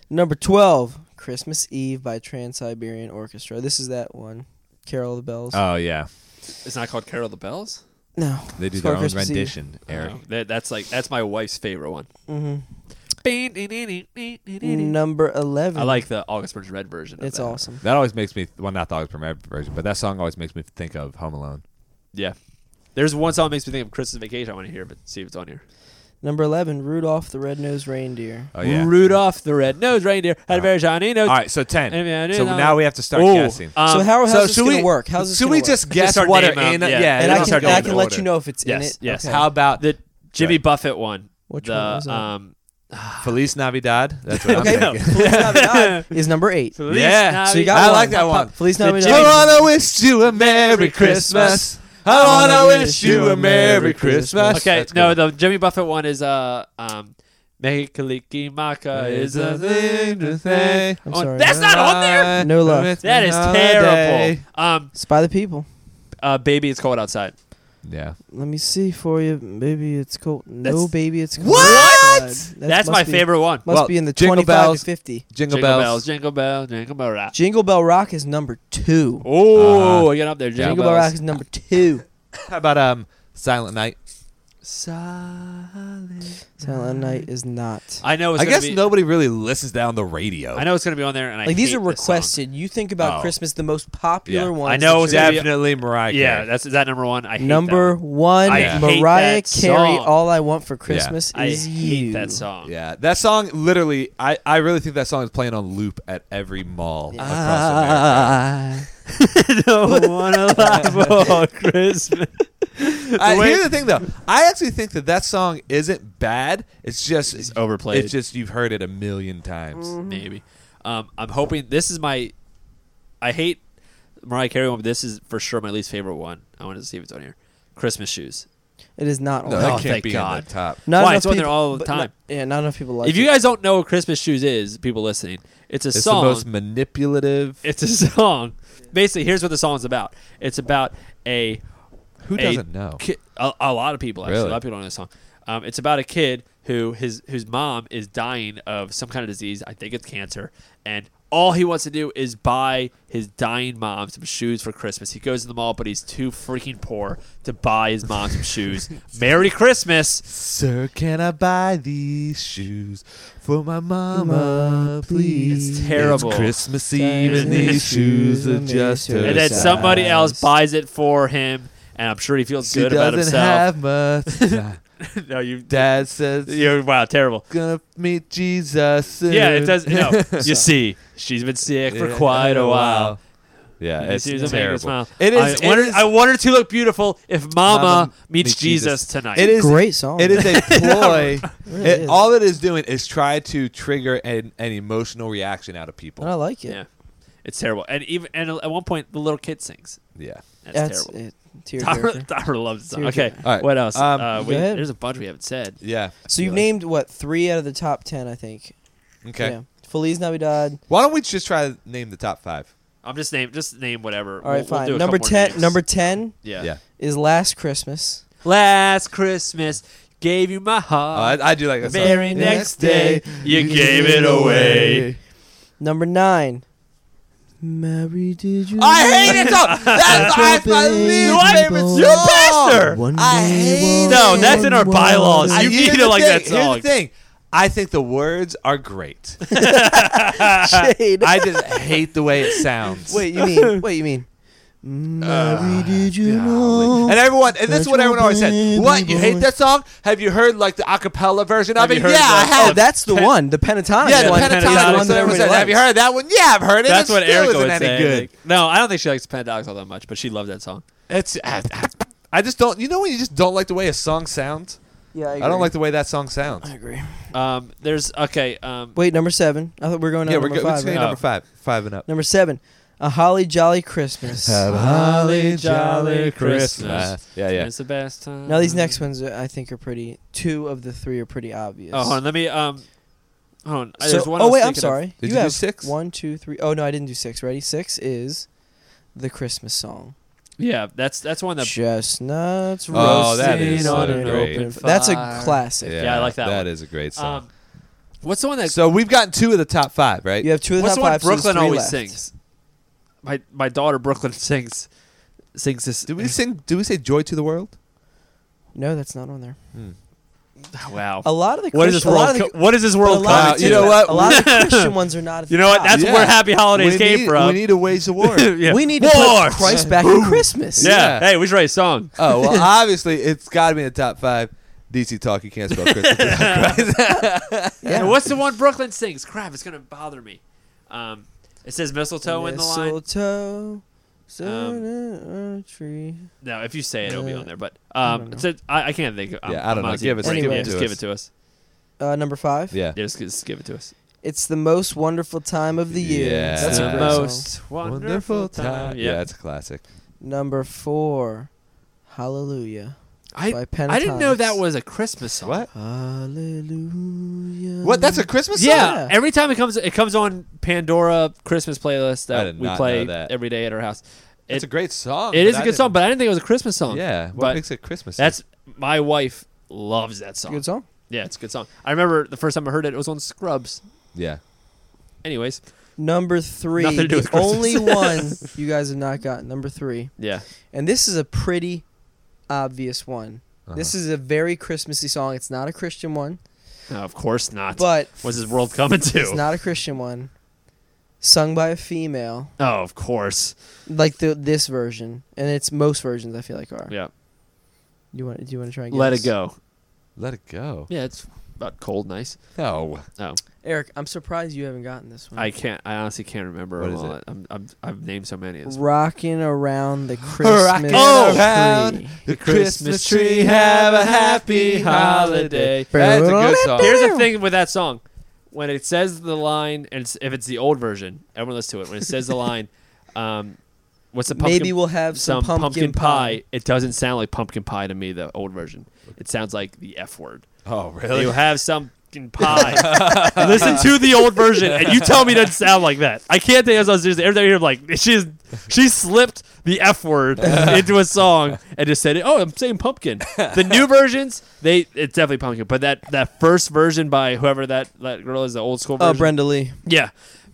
[SPEAKER 2] Number 12, Christmas Eve by Trans Siberian Orchestra. This is that one. Carol of the Bells.
[SPEAKER 1] Oh yeah,
[SPEAKER 3] It's not called Carol of the Bells.
[SPEAKER 2] no.
[SPEAKER 1] they do
[SPEAKER 2] It's
[SPEAKER 1] their
[SPEAKER 2] called
[SPEAKER 1] own
[SPEAKER 2] Christmas Eve.
[SPEAKER 1] rendition, Eric.
[SPEAKER 3] No, that, that's like that's my wife's favorite one.
[SPEAKER 2] hmm
[SPEAKER 3] I
[SPEAKER 2] Number 11.
[SPEAKER 3] like the August Burns Red version. of
[SPEAKER 2] It's
[SPEAKER 3] that.
[SPEAKER 2] awesome.
[SPEAKER 1] That always makes me well, not the always premiere version, but that song always makes me think of Home Alone.
[SPEAKER 3] Yeah. There's one song that makes me think of Christmas Vacation. I want to hear, but see if it's on here.
[SPEAKER 2] Number 11, Rudolph the Red-Nosed Reindeer.
[SPEAKER 1] Oh yeah.
[SPEAKER 3] Rudolph the Red Nosed Reindeer had a
[SPEAKER 1] Uh,
[SPEAKER 3] very shiny nose.
[SPEAKER 1] All right, so ten.
[SPEAKER 3] I mean, I
[SPEAKER 1] so
[SPEAKER 3] didn't know-
[SPEAKER 1] now we have to start
[SPEAKER 3] Ooh,
[SPEAKER 1] guessing.
[SPEAKER 3] um,
[SPEAKER 2] so how, how's
[SPEAKER 1] so
[SPEAKER 2] this
[SPEAKER 1] should
[SPEAKER 2] going
[SPEAKER 1] we-
[SPEAKER 2] to work? How's this
[SPEAKER 1] Should
[SPEAKER 2] gonna
[SPEAKER 1] we
[SPEAKER 2] work?
[SPEAKER 1] just guess
[SPEAKER 3] start
[SPEAKER 1] what are
[SPEAKER 3] naming
[SPEAKER 1] in?
[SPEAKER 3] them. Yeah.
[SPEAKER 1] yeah
[SPEAKER 3] And
[SPEAKER 2] And
[SPEAKER 1] we
[SPEAKER 2] I
[SPEAKER 1] don't
[SPEAKER 2] can,
[SPEAKER 1] start
[SPEAKER 2] and I
[SPEAKER 1] going
[SPEAKER 2] can
[SPEAKER 1] in
[SPEAKER 2] let
[SPEAKER 1] order.
[SPEAKER 2] you know if it's in
[SPEAKER 3] Yes,
[SPEAKER 2] it.
[SPEAKER 3] yes.
[SPEAKER 2] Okay.
[SPEAKER 1] How about
[SPEAKER 3] the Jimmy
[SPEAKER 1] Right.
[SPEAKER 3] Buffett one?
[SPEAKER 2] Which
[SPEAKER 3] the,
[SPEAKER 2] one was that?
[SPEAKER 3] Um,
[SPEAKER 1] Feliz Navidad? That's what
[SPEAKER 2] Okay.
[SPEAKER 1] I'm thinking.
[SPEAKER 2] Feliz Navidad is number 8.
[SPEAKER 1] Yeah.
[SPEAKER 2] So you got
[SPEAKER 1] I
[SPEAKER 2] one.
[SPEAKER 1] like that
[SPEAKER 2] Pop, pop.
[SPEAKER 1] one.
[SPEAKER 2] Feliz
[SPEAKER 3] The
[SPEAKER 2] Navidad.
[SPEAKER 3] Jimmy-
[SPEAKER 1] I wanna wish you a Merry Christmas. I wanna wish you a Merry Christmas.
[SPEAKER 3] Okay,
[SPEAKER 1] That's
[SPEAKER 3] no,
[SPEAKER 1] good.
[SPEAKER 3] the Jimmy Buffett one is uh um Mekaliki Maka is a thing to think.
[SPEAKER 2] I'm
[SPEAKER 3] on-
[SPEAKER 2] sorry.
[SPEAKER 3] That's not on there.
[SPEAKER 2] No love.
[SPEAKER 3] That is terrible. Um,
[SPEAKER 2] It's by the people.
[SPEAKER 3] uh, baby, it's cold outside.
[SPEAKER 1] Yeah.
[SPEAKER 2] Let me see for you. Baby, it's cold. No,
[SPEAKER 3] That's-
[SPEAKER 2] baby, it's cold.
[SPEAKER 1] What?
[SPEAKER 2] outside. That
[SPEAKER 3] That's
[SPEAKER 2] must
[SPEAKER 3] my
[SPEAKER 2] be-
[SPEAKER 3] favorite one.
[SPEAKER 2] Must
[SPEAKER 1] Well,
[SPEAKER 2] be in the
[SPEAKER 1] Jingle
[SPEAKER 2] 25
[SPEAKER 1] Bells.
[SPEAKER 2] to 50.
[SPEAKER 1] Jingle, bells.
[SPEAKER 3] jingle bells, jingle bell rock.
[SPEAKER 2] Jingle Bell Rock is number two.
[SPEAKER 3] Oh, get up there, jingle,
[SPEAKER 2] Jingle Bell
[SPEAKER 3] bells.
[SPEAKER 2] Rock is number two.
[SPEAKER 1] How about um Silent Night?
[SPEAKER 3] Silent.
[SPEAKER 2] Silent Night is not.
[SPEAKER 3] I know. It's
[SPEAKER 1] I
[SPEAKER 3] gonna
[SPEAKER 1] guess
[SPEAKER 3] be,
[SPEAKER 1] nobody really listens down the radio.
[SPEAKER 3] I know it's gonna be on there, and I
[SPEAKER 2] like, these
[SPEAKER 3] hate
[SPEAKER 2] are
[SPEAKER 3] this
[SPEAKER 2] requested. You think about
[SPEAKER 1] Oh.
[SPEAKER 2] Christmas, the most popular
[SPEAKER 1] Yeah.
[SPEAKER 2] ones.
[SPEAKER 3] I know
[SPEAKER 2] that you're-
[SPEAKER 3] exactly.
[SPEAKER 1] Definitely Mariah
[SPEAKER 3] song.
[SPEAKER 1] Carey.
[SPEAKER 3] Yeah, that's is that number one. I hate
[SPEAKER 2] Number
[SPEAKER 3] That
[SPEAKER 2] one,
[SPEAKER 3] I
[SPEAKER 1] hate
[SPEAKER 2] Mariah Carey,
[SPEAKER 3] that song.
[SPEAKER 2] All I Want for Christmas
[SPEAKER 3] one. I
[SPEAKER 2] is
[SPEAKER 3] hate
[SPEAKER 2] You.
[SPEAKER 3] that song.
[SPEAKER 1] Yeah, that song literally. I, I really think that song is playing on loop at every mall
[SPEAKER 2] Yeah.
[SPEAKER 3] Ah.
[SPEAKER 1] across
[SPEAKER 3] don't want to laugh all Christmas.
[SPEAKER 1] America. I,
[SPEAKER 3] The way-
[SPEAKER 1] here's the thing, though. I actually think that that song isn't bad. It's just
[SPEAKER 3] It's overplayed.
[SPEAKER 1] It's just you've heard it a million times.
[SPEAKER 3] maybe. Um, I'm hoping this is my. I hate Mariah Carey one, but this is for sure my least favorite one. I wanted to see if it's on here. Christmas shoes.
[SPEAKER 2] It is not on
[SPEAKER 1] No,
[SPEAKER 2] there.
[SPEAKER 1] that
[SPEAKER 3] Oh,
[SPEAKER 1] can't
[SPEAKER 3] thank
[SPEAKER 1] be in
[SPEAKER 3] God.
[SPEAKER 1] the top.
[SPEAKER 2] Not
[SPEAKER 3] Why?
[SPEAKER 2] enough
[SPEAKER 3] It's on there
[SPEAKER 2] people-
[SPEAKER 3] all the
[SPEAKER 2] but not-
[SPEAKER 3] time.
[SPEAKER 2] yeah, not enough people like
[SPEAKER 3] If you
[SPEAKER 2] it.
[SPEAKER 3] guys don't know what Christmas shoes is, people listening, it's a
[SPEAKER 1] It's
[SPEAKER 3] song.
[SPEAKER 1] the most manipulative.
[SPEAKER 3] it's a song. Basically, here's what the song's about. It's about a
[SPEAKER 1] Who
[SPEAKER 3] a
[SPEAKER 1] doesn't know?
[SPEAKER 3] ki- a, a lot of people actually.
[SPEAKER 1] Really?
[SPEAKER 3] A lot of people don't know this song. Um, it's about a kid who his whose mom is dying of some kind of disease. I think it's cancer, and all he wants to do is buy his dying mom some shoes for Christmas. He goes to the mall, but he's too freaking poor to buy his mom some shoes. Merry Christmas!
[SPEAKER 1] Sir, can I buy these shoes for my mama,
[SPEAKER 2] Mama,
[SPEAKER 1] please?
[SPEAKER 2] please. It's
[SPEAKER 3] terrible.
[SPEAKER 1] Christmas Eve, and these shoes are just her
[SPEAKER 2] Very
[SPEAKER 3] And then
[SPEAKER 2] sad.
[SPEAKER 3] somebody else buys it for him, and I'm sure he feels
[SPEAKER 1] She
[SPEAKER 3] good about
[SPEAKER 1] doesn't
[SPEAKER 3] himself.
[SPEAKER 1] have much.
[SPEAKER 3] no, you,
[SPEAKER 1] Dad says
[SPEAKER 3] you're wow, terrible.
[SPEAKER 1] gonna meet Jesus. Soon.
[SPEAKER 3] Yeah, it does. No, you see, she's been sick for quite
[SPEAKER 1] oh,
[SPEAKER 3] a while.
[SPEAKER 1] Yeah,
[SPEAKER 3] You
[SPEAKER 1] it's
[SPEAKER 3] see, it doesn't make me
[SPEAKER 1] terrible.
[SPEAKER 3] smile.
[SPEAKER 1] It is.
[SPEAKER 3] I want,
[SPEAKER 1] it
[SPEAKER 3] her,
[SPEAKER 1] is,
[SPEAKER 3] I want her to look beautiful if Mama,
[SPEAKER 1] Mama
[SPEAKER 3] meets,
[SPEAKER 1] meets
[SPEAKER 3] Jesus,
[SPEAKER 1] Jesus.
[SPEAKER 3] tonight.
[SPEAKER 1] it is.
[SPEAKER 2] Great song.
[SPEAKER 1] It is a ploy.
[SPEAKER 2] really
[SPEAKER 1] It-
[SPEAKER 2] is.
[SPEAKER 1] all it is doing is try to trigger an, an emotional reaction out of people.
[SPEAKER 2] And I like it.
[SPEAKER 3] Yeah, it's terrible. And even and at one point, the little kid sings.
[SPEAKER 1] yeah.
[SPEAKER 3] That's,
[SPEAKER 2] That's,
[SPEAKER 3] terrible.
[SPEAKER 2] it. Tear
[SPEAKER 3] Tyra,
[SPEAKER 2] jerker.
[SPEAKER 3] Tyra loves it.
[SPEAKER 2] Tear
[SPEAKER 3] Okay,
[SPEAKER 2] jerker.
[SPEAKER 1] All right.
[SPEAKER 3] what else?
[SPEAKER 1] Um,
[SPEAKER 3] uh,
[SPEAKER 2] Go
[SPEAKER 3] we,
[SPEAKER 2] ahead.
[SPEAKER 3] there's a bunch we haven't said.
[SPEAKER 1] Yeah.
[SPEAKER 2] So you've named what three out of the top ten, I think.
[SPEAKER 1] Okay.
[SPEAKER 2] Yeah. Feliz Navidad.
[SPEAKER 1] Why don't we just try to name the top five?
[SPEAKER 3] I'm just name just name whatever.
[SPEAKER 2] All right,
[SPEAKER 3] We'll- we'll
[SPEAKER 2] fine.
[SPEAKER 3] do a
[SPEAKER 2] number
[SPEAKER 3] couple more
[SPEAKER 2] ten.
[SPEAKER 3] names.
[SPEAKER 2] Number ten
[SPEAKER 3] yeah.
[SPEAKER 1] Yeah.
[SPEAKER 2] is Last Christmas.
[SPEAKER 3] Last Christmas gave you my
[SPEAKER 1] Oh,
[SPEAKER 3] heart.
[SPEAKER 1] I, I do like
[SPEAKER 3] the
[SPEAKER 1] that song.
[SPEAKER 3] very next day you gave it away.
[SPEAKER 2] Number nine. Mary, did you?
[SPEAKER 1] I hate it song. That is my least favorite song.
[SPEAKER 3] You're a pastor.
[SPEAKER 1] I hate
[SPEAKER 3] No, that's in our bylaws.
[SPEAKER 1] I-
[SPEAKER 3] You
[SPEAKER 1] here's
[SPEAKER 3] need to
[SPEAKER 1] the
[SPEAKER 3] like
[SPEAKER 1] thing,
[SPEAKER 3] that
[SPEAKER 1] Here's
[SPEAKER 3] song.
[SPEAKER 1] the thing. I think the words are great.
[SPEAKER 2] Shade.
[SPEAKER 1] I just hate the way it sounds.
[SPEAKER 2] Wait, you mean? Wait, you mean?
[SPEAKER 3] Ah,
[SPEAKER 2] Mary, did you know?
[SPEAKER 1] And everyone, and that's what everyone always says.
[SPEAKER 2] Country
[SPEAKER 1] What you hate
[SPEAKER 2] boy.
[SPEAKER 1] that song? Have you heard like the acapella version
[SPEAKER 3] Have
[SPEAKER 1] of
[SPEAKER 3] you
[SPEAKER 1] it? Yeah,
[SPEAKER 3] heard
[SPEAKER 1] I
[SPEAKER 3] the-
[SPEAKER 2] Oh,
[SPEAKER 1] have.
[SPEAKER 2] that's the one. The pentatonic
[SPEAKER 1] yeah, the
[SPEAKER 2] one.
[SPEAKER 3] one, Pentatonic,
[SPEAKER 1] pentatonic. So
[SPEAKER 2] one that
[SPEAKER 1] everyone
[SPEAKER 2] everyone
[SPEAKER 1] says, have you
[SPEAKER 2] likes.
[SPEAKER 1] heard that one? Yeah, I've heard it.
[SPEAKER 3] That's
[SPEAKER 1] it
[SPEAKER 3] what
[SPEAKER 1] still
[SPEAKER 3] Erica
[SPEAKER 1] isn't
[SPEAKER 3] would
[SPEAKER 1] any
[SPEAKER 3] say.
[SPEAKER 1] good.
[SPEAKER 3] No, I don't think she likes Pentatonics all that much, but she loved that song.
[SPEAKER 1] It's. I, I- I just don't. You know when you just don't like the way a song sounds?
[SPEAKER 2] Yeah, I,
[SPEAKER 1] I,
[SPEAKER 2] agree.
[SPEAKER 1] don't like the way that song sounds.
[SPEAKER 2] I agree.
[SPEAKER 3] Um, there's okay. Um,
[SPEAKER 2] Wait, number seven. I thought we were going on
[SPEAKER 1] yeah, we're
[SPEAKER 2] number
[SPEAKER 1] go- we're
[SPEAKER 2] five.
[SPEAKER 1] just gonna
[SPEAKER 2] right?
[SPEAKER 1] number five, five and up.
[SPEAKER 2] Number seven. A holly jolly Christmas.
[SPEAKER 5] Have a
[SPEAKER 3] Holly jolly Christmas.
[SPEAKER 5] Yeah, yeah.
[SPEAKER 3] It's the best time.
[SPEAKER 2] Now these next ones uh, I think are pretty. Two of the three are pretty obvious.
[SPEAKER 3] Oh, hold on. Let me. Um, hold on.
[SPEAKER 2] So-
[SPEAKER 3] There's one I
[SPEAKER 2] oh
[SPEAKER 3] was
[SPEAKER 2] wait, I'm
[SPEAKER 3] thinking of.
[SPEAKER 2] sorry.
[SPEAKER 1] Did you do
[SPEAKER 2] have
[SPEAKER 1] six?
[SPEAKER 2] One, two, three. Oh no, I didn't do six. Ready? Six is the Christmas song.
[SPEAKER 3] Yeah, that's that's one that.
[SPEAKER 2] Chestnuts
[SPEAKER 1] Oh,
[SPEAKER 2] roasting
[SPEAKER 1] that is
[SPEAKER 2] on
[SPEAKER 1] so
[SPEAKER 2] an
[SPEAKER 1] great.
[SPEAKER 2] open fire. That's a
[SPEAKER 3] Fire.
[SPEAKER 2] classic.
[SPEAKER 3] Yeah, I like that
[SPEAKER 5] That
[SPEAKER 3] one.
[SPEAKER 5] is a great song.
[SPEAKER 3] Um, what's the one that?
[SPEAKER 1] So we've gotten two of the top five, right?
[SPEAKER 2] You have two of the
[SPEAKER 3] what's
[SPEAKER 2] top
[SPEAKER 3] the one
[SPEAKER 2] five. so there's
[SPEAKER 3] Brooklyn
[SPEAKER 2] three
[SPEAKER 3] always
[SPEAKER 2] left.
[SPEAKER 3] sings? My my daughter Brooklyn sings sings this.
[SPEAKER 1] Did we sing? Did we say "Joy to the World"?
[SPEAKER 2] No, that's not on there.
[SPEAKER 3] Wow.
[SPEAKER 2] A lot of the
[SPEAKER 3] What is
[SPEAKER 2] Christ-
[SPEAKER 3] this
[SPEAKER 2] a lot
[SPEAKER 3] world?
[SPEAKER 2] of the-
[SPEAKER 3] co- what is this
[SPEAKER 2] but a
[SPEAKER 3] world
[SPEAKER 2] lot
[SPEAKER 1] Cup?
[SPEAKER 2] of
[SPEAKER 3] coming
[SPEAKER 2] the-
[SPEAKER 1] Wow, you know
[SPEAKER 3] to?
[SPEAKER 1] what?
[SPEAKER 2] A lot of the Christian ones are not. At the
[SPEAKER 3] You know what?
[SPEAKER 2] top.
[SPEAKER 3] That's
[SPEAKER 1] Yeah.
[SPEAKER 3] where Happy Holidays
[SPEAKER 1] we
[SPEAKER 3] came
[SPEAKER 1] need,
[SPEAKER 3] from.
[SPEAKER 1] We need to wage a war.
[SPEAKER 3] yeah.
[SPEAKER 2] we need to
[SPEAKER 3] Wars!
[SPEAKER 2] put Christ back in Christmas.
[SPEAKER 3] Yeah.
[SPEAKER 1] Yeah.
[SPEAKER 3] Hey, we should write a song.
[SPEAKER 1] Oh well, obviously it's got to be in the top five. DC Talk, you can't spell Christmas. without Christ.
[SPEAKER 2] Yeah.
[SPEAKER 3] And what's the one Brooklyn sings? Crap, it's gonna bother me. Um, it says mistletoe in the line.
[SPEAKER 2] Mistletoe, sit
[SPEAKER 3] Um,
[SPEAKER 2] on a tree.
[SPEAKER 3] No, if you say it, it'll be on there. But
[SPEAKER 2] Uh, I don't
[SPEAKER 3] um,
[SPEAKER 2] know.
[SPEAKER 3] it's a, I, I can't think. I'm,
[SPEAKER 1] Yeah, I don't
[SPEAKER 3] I'm
[SPEAKER 1] know.
[SPEAKER 3] honestly
[SPEAKER 1] Give us-
[SPEAKER 3] brain-
[SPEAKER 2] give
[SPEAKER 3] yeah,
[SPEAKER 2] it
[SPEAKER 3] just
[SPEAKER 1] to
[SPEAKER 3] give it
[SPEAKER 1] us.
[SPEAKER 3] to us.
[SPEAKER 2] Uh, number five.
[SPEAKER 1] yeah.
[SPEAKER 3] Yeah, just, just give it to us.
[SPEAKER 2] It's the most wonderful time of the year.
[SPEAKER 1] Yeah.
[SPEAKER 2] That's a
[SPEAKER 1] The
[SPEAKER 2] great
[SPEAKER 3] most
[SPEAKER 2] Song.
[SPEAKER 3] wonderful time.
[SPEAKER 1] Yeah,
[SPEAKER 3] Yeah,
[SPEAKER 1] that's a classic.
[SPEAKER 2] Number four. Hallelujah.
[SPEAKER 3] I
[SPEAKER 2] by Pentatonics.
[SPEAKER 3] I didn't know that was a Christmas song.
[SPEAKER 1] What?
[SPEAKER 2] Hallelujah.
[SPEAKER 1] What? That's a Christmas song.
[SPEAKER 3] Yeah,
[SPEAKER 2] Yeah.
[SPEAKER 3] every time it comes, it comes on Pandora Christmas playlist
[SPEAKER 1] I
[SPEAKER 3] that
[SPEAKER 1] did
[SPEAKER 3] we
[SPEAKER 1] not
[SPEAKER 3] play
[SPEAKER 1] know that.
[SPEAKER 3] every day at our house.
[SPEAKER 1] It's a great
[SPEAKER 2] Oh,
[SPEAKER 1] song.
[SPEAKER 3] It
[SPEAKER 1] but
[SPEAKER 3] is a
[SPEAKER 1] I
[SPEAKER 3] good
[SPEAKER 1] didn't-
[SPEAKER 3] song, but I didn't think it was a Christmas song.
[SPEAKER 1] Yeah. What
[SPEAKER 3] but
[SPEAKER 1] makes it Christmas? song?
[SPEAKER 3] that's my wife loves that
[SPEAKER 2] It's a
[SPEAKER 3] song.
[SPEAKER 2] good song.
[SPEAKER 3] Yeah, it's a good song. I remember the first time I heard it, it was on Scrubs.
[SPEAKER 1] yeah.
[SPEAKER 3] Anyways,
[SPEAKER 2] Number three.
[SPEAKER 3] Nothing to do
[SPEAKER 2] the
[SPEAKER 3] with Christmas.
[SPEAKER 2] only one you guys have not gotten. Number three.
[SPEAKER 3] yeah,
[SPEAKER 2] And this is a pretty obvious one. This
[SPEAKER 1] Uh-huh.
[SPEAKER 2] is a very Christmassy song. It's not a Christian one,
[SPEAKER 3] no, of course not.
[SPEAKER 2] but
[SPEAKER 3] What's this world coming
[SPEAKER 2] it's
[SPEAKER 3] to?
[SPEAKER 2] not a Christian one. Sung by a female,
[SPEAKER 3] oh, of course.
[SPEAKER 2] like the this version, and it's most versions I feel like are.
[SPEAKER 3] Yeah,
[SPEAKER 2] You want? Do you want to try and guess?
[SPEAKER 3] let it go.
[SPEAKER 1] Let it go.
[SPEAKER 3] Yeah, it's about cold, and nice.
[SPEAKER 1] No.
[SPEAKER 3] Oh,
[SPEAKER 2] Eric, I'm surprised you haven't gotten this one.
[SPEAKER 3] I can't. I honestly can't remember.
[SPEAKER 1] What is
[SPEAKER 3] all
[SPEAKER 1] it?
[SPEAKER 3] that. I'm, I'm, I've named so many. Of this.
[SPEAKER 2] Rocking around the Christmas
[SPEAKER 1] Oh!
[SPEAKER 2] tree.
[SPEAKER 1] The Christmas tree, have a happy holiday. That's a good song.
[SPEAKER 3] Here's the thing with that song. When it says the line, and it's, if it's the old version, everyone listen to it. When it says the line, um, what's the pumpkin?
[SPEAKER 2] Maybe we'll have some, pumpkin, pie.
[SPEAKER 3] It doesn't sound like pumpkin pie to me. The old version. It sounds like the F word.
[SPEAKER 1] Oh,
[SPEAKER 3] You have some fucking pie. Listen to the old version, and you tell me it doesn't sound like that. I can't think of something. Every time you hear, like she's she slipped the F word into a song and just said it. Oh, I'm saying pumpkin. The new versions, they it's definitely pumpkin. But that that first version by whoever that that girl is, the old school
[SPEAKER 2] Oh,
[SPEAKER 3] version.
[SPEAKER 2] Brenda Lee.
[SPEAKER 3] Yeah,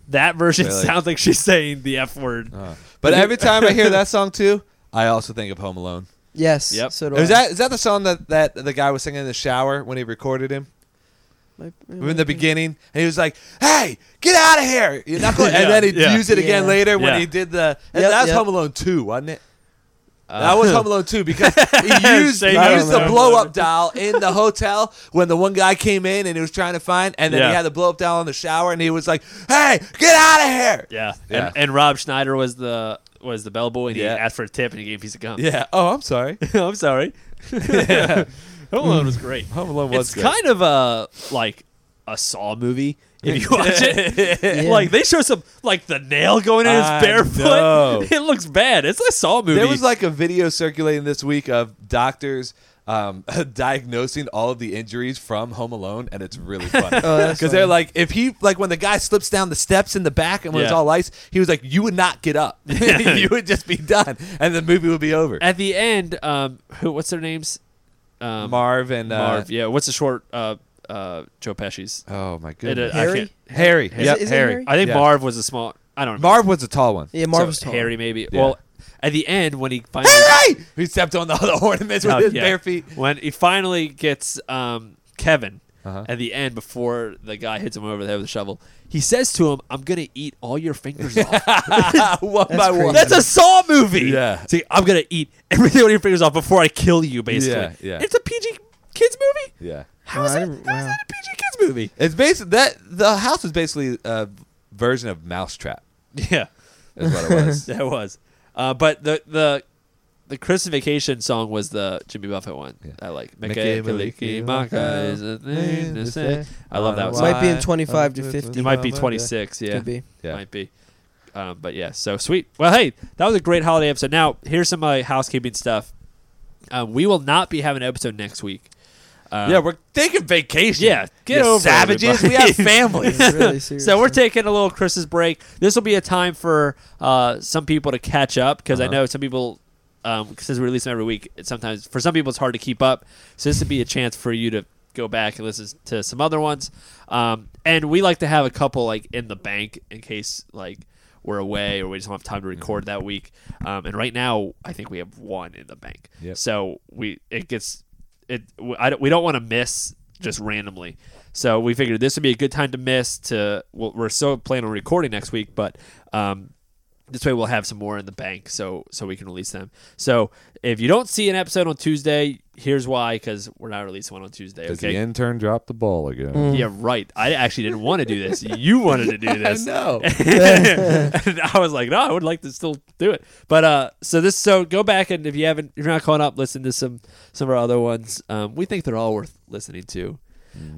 [SPEAKER 3] that version
[SPEAKER 1] Really?
[SPEAKER 3] sounds like she's saying the F word.
[SPEAKER 1] Uh, but every time I hear that song too, I also think of Home Alone.
[SPEAKER 2] Yes.
[SPEAKER 3] Yep.
[SPEAKER 2] So do I.
[SPEAKER 1] Is that is that the song that, that the guy was singing in the shower when he recorded him in the beginning? And he was like, "Hey, get out of here!" you knuckle-"
[SPEAKER 3] Yeah,
[SPEAKER 1] and then he'd
[SPEAKER 3] yeah.
[SPEAKER 1] use it again
[SPEAKER 2] Yeah.
[SPEAKER 1] later when
[SPEAKER 3] Yeah.
[SPEAKER 1] he did the. And
[SPEAKER 2] Yep,
[SPEAKER 1] that was
[SPEAKER 2] yep.
[SPEAKER 1] Home Alone two, wasn't it?
[SPEAKER 3] Uh,
[SPEAKER 1] that was Home Alone two because he used,
[SPEAKER 3] Say
[SPEAKER 1] he
[SPEAKER 2] no
[SPEAKER 1] used
[SPEAKER 2] to
[SPEAKER 1] the
[SPEAKER 2] Home
[SPEAKER 1] blow
[SPEAKER 3] Alone.
[SPEAKER 1] up doll in the hotel when the one guy came in and he was trying to find, and then
[SPEAKER 3] Yeah.
[SPEAKER 1] he had the blow up doll in the shower, and he was like, "Hey, get out of here!"
[SPEAKER 3] yeah.
[SPEAKER 1] Yeah.
[SPEAKER 3] And, and Rob Schneider was the was the bellboy, and he
[SPEAKER 1] Yeah.
[SPEAKER 3] asked for a tip, and he gave a piece of gum.
[SPEAKER 1] Yeah. Oh, I'm sorry.
[SPEAKER 3] I'm sorry. Home Alone was great.
[SPEAKER 1] Home Alone was
[SPEAKER 3] It's
[SPEAKER 1] good.
[SPEAKER 3] kind of a like a Saw movie if you watch it.
[SPEAKER 2] Yeah.
[SPEAKER 3] Like they show some like the nail going in his
[SPEAKER 1] I
[SPEAKER 3] barefoot.
[SPEAKER 1] know.
[SPEAKER 3] It looks bad. It's a Saw movie.
[SPEAKER 1] There was like a video circulating this week of doctors um, diagnosing all of the injuries from Home Alone, and it's really funny.
[SPEAKER 2] Oh, that's
[SPEAKER 1] Because they're like, if he like when the guy slips down the steps in the back and when it's
[SPEAKER 3] Yeah.
[SPEAKER 1] all ice, he was like, you would not get up, you would just be done, and the movie would be over.
[SPEAKER 3] at the end. Um, who? What's their names? Um,
[SPEAKER 1] Marv and uh,
[SPEAKER 3] Marv. Yeah. What's the short? Uh, uh, Joe Pesci's.
[SPEAKER 1] Oh my
[SPEAKER 3] It,
[SPEAKER 1] goodness,
[SPEAKER 3] uh, I
[SPEAKER 2] Harry?
[SPEAKER 3] can't-
[SPEAKER 1] Harry.
[SPEAKER 2] Is
[SPEAKER 1] yep,
[SPEAKER 2] it- is it
[SPEAKER 1] Harry.
[SPEAKER 2] Harry?
[SPEAKER 3] I think
[SPEAKER 1] Yeah.
[SPEAKER 3] Marv was the small. I don't. know.
[SPEAKER 1] Marv was the tall one.
[SPEAKER 2] Yeah, Marv was
[SPEAKER 3] so
[SPEAKER 2] tall.
[SPEAKER 3] Harry maybe.
[SPEAKER 1] Yeah.
[SPEAKER 3] Well, at the end when he finally.
[SPEAKER 1] Harry. He stepped on the, the ornaments with
[SPEAKER 3] Oh,
[SPEAKER 1] his
[SPEAKER 3] yeah.
[SPEAKER 1] bare feet.
[SPEAKER 3] when he finally gets um, Kevin
[SPEAKER 1] Uh-huh.
[SPEAKER 3] at the end before the guy hits him over the head with a shovel, he says to him, "I'm gonna eat all your fingers off."
[SPEAKER 1] one by
[SPEAKER 2] crazy.
[SPEAKER 1] one.
[SPEAKER 3] That's a Saw movie.
[SPEAKER 1] Yeah.
[SPEAKER 3] See, I'm gonna eat everything on your fingers off before I kill you. Basically,
[SPEAKER 1] Yeah, yeah.
[SPEAKER 3] It's a PG kids movie.
[SPEAKER 1] Yeah.
[SPEAKER 3] How
[SPEAKER 2] Well,
[SPEAKER 3] is
[SPEAKER 2] I
[SPEAKER 3] that?
[SPEAKER 2] didn't-
[SPEAKER 3] How is
[SPEAKER 2] wow.
[SPEAKER 3] that a PG kids movie?
[SPEAKER 1] It's basically that the house was basically a version of Mousetrap.
[SPEAKER 3] Yeah,
[SPEAKER 1] Is what it was.
[SPEAKER 3] that was. Uh, but the the the Christmas Vacation song was the Jimmy Buffett one.
[SPEAKER 1] Yeah.
[SPEAKER 3] I like.
[SPEAKER 1] Mickey, Mickey,
[SPEAKER 3] Mickey, Maka is a thing to say. I love that
[SPEAKER 2] It
[SPEAKER 3] one.
[SPEAKER 2] might be in 25 to 50.
[SPEAKER 3] It might be 26. Yeah.
[SPEAKER 2] Could be.
[SPEAKER 1] Yeah.
[SPEAKER 3] might be. Um, but yeah, so sweet. Well, hey, that was a great holiday episode. Now here's some uh, housekeeping stuff. Um, we will not be having an episode next week. Um,
[SPEAKER 1] yeah, we're taking vacation.
[SPEAKER 3] Yeah, get
[SPEAKER 1] you
[SPEAKER 3] over it,
[SPEAKER 1] savages. We
[SPEAKER 3] everybody.
[SPEAKER 1] have families.
[SPEAKER 2] Yeah, really serious.
[SPEAKER 3] So we're taking a little Christmas break. This will be a time for uh, some people to catch up because I
[SPEAKER 1] Uh-huh.
[SPEAKER 3] know some people, um, since we release them every week, it sometimes for some people it's hard to keep up. So this would be a chance for you to go back and listen to some other ones. Um, and we like to have a couple like in the bank in case like we're away or we just don't have time to record
[SPEAKER 1] Mm-hmm.
[SPEAKER 3] that week. Um, and right now, I think we have one in the bank.
[SPEAKER 1] Yep.
[SPEAKER 3] So we it gets it. w I don't we don't want to miss just randomly. So we figured this would be a good time to miss. To well, we're still planning on recording next week, but um, this way we'll have some more in the bank, so so we can release them. So if you don't see an episode on Tuesday, here's why: because we're not releasing one on Tuesday.
[SPEAKER 1] Does
[SPEAKER 3] Okay.
[SPEAKER 1] the intern drop the ball again?
[SPEAKER 2] Mm.
[SPEAKER 3] Yeah, right. I actually didn't want to do this. You wanted to do this.
[SPEAKER 1] No.
[SPEAKER 3] and I was like, no, I would like to still do it. But uh, so this, so go back and if you haven't, if you're not caught up, listen to some some of our other ones. Um, we think they're all worth listening to.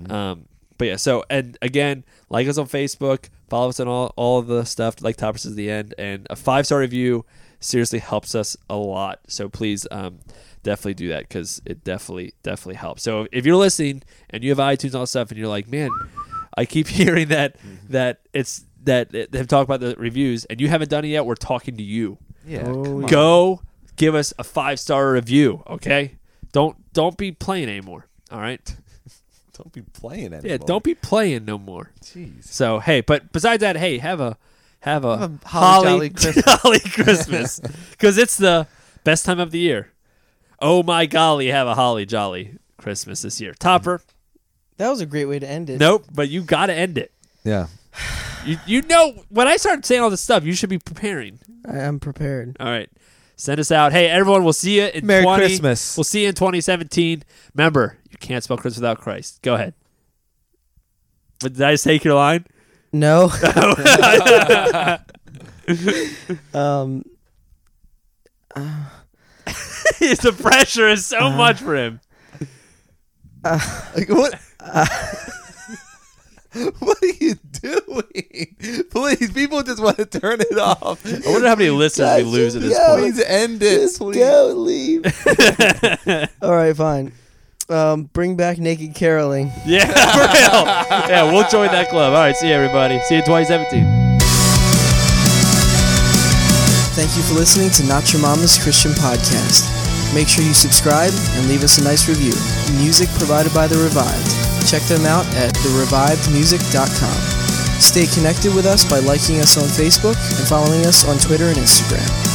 [SPEAKER 3] Um, but yeah, so and again, like us on Facebook, follow us on all all the stuff. Like Toppers is the end, and a five star review seriously helps us a lot. So please, um, definitely do that because it definitely definitely helps. So if you're listening and you have iTunes and all that stuff, and you're like, man, I keep hearing that that it's that they've talked about the reviews, and you haven't done it yet. We're talking to you
[SPEAKER 1] Yeah.
[SPEAKER 2] Oh,
[SPEAKER 1] come on.
[SPEAKER 3] go give us a five star review okay don't don't be playing anymore all right
[SPEAKER 1] Don't be playing anymore.
[SPEAKER 3] yeah don't be playing no more
[SPEAKER 1] Jeez.
[SPEAKER 3] so hey but besides that hey have a have a,
[SPEAKER 1] Have a holly jolly Christmas.
[SPEAKER 3] jolly christmas because it's the best time of the year oh my golly have a holly jolly christmas this year topper
[SPEAKER 2] that was a great way to end
[SPEAKER 1] Mm-hmm.
[SPEAKER 2] it.
[SPEAKER 3] nope but you gotta end it
[SPEAKER 1] Yeah.
[SPEAKER 3] you, you know when i started saying all this stuff you should be preparing
[SPEAKER 2] I am prepared.
[SPEAKER 3] all right send us out hey everyone we'll see you in
[SPEAKER 1] Merry
[SPEAKER 3] 20
[SPEAKER 1] Christmas.
[SPEAKER 3] We'll see you in 2017. Remember, you can't spell Christmas without Christ. Go ahead. But did I just take your line?
[SPEAKER 2] No. um.
[SPEAKER 3] the pressure is so much for him.
[SPEAKER 1] Like, what? what are you doing? Please, people just want to turn it off.
[SPEAKER 3] I wonder how many listeners we lose at this
[SPEAKER 2] yeah.
[SPEAKER 3] point.
[SPEAKER 1] Please end it.
[SPEAKER 2] Just
[SPEAKER 1] please.
[SPEAKER 2] go leave. All right, fine. Um, bring back naked caroling.
[SPEAKER 3] Yeah, for real. Yeah, we'll join that club. All right, see you, everybody. See you in 2017.
[SPEAKER 2] Thank you for listening to Not Your Mama's Christian Podcast. Make sure you subscribe and leave us a nice review. Music provided by The Revived. Check them out at therevivedmusic.com. Stay connected with us by liking us on Facebook and following us on Twitter and Instagram.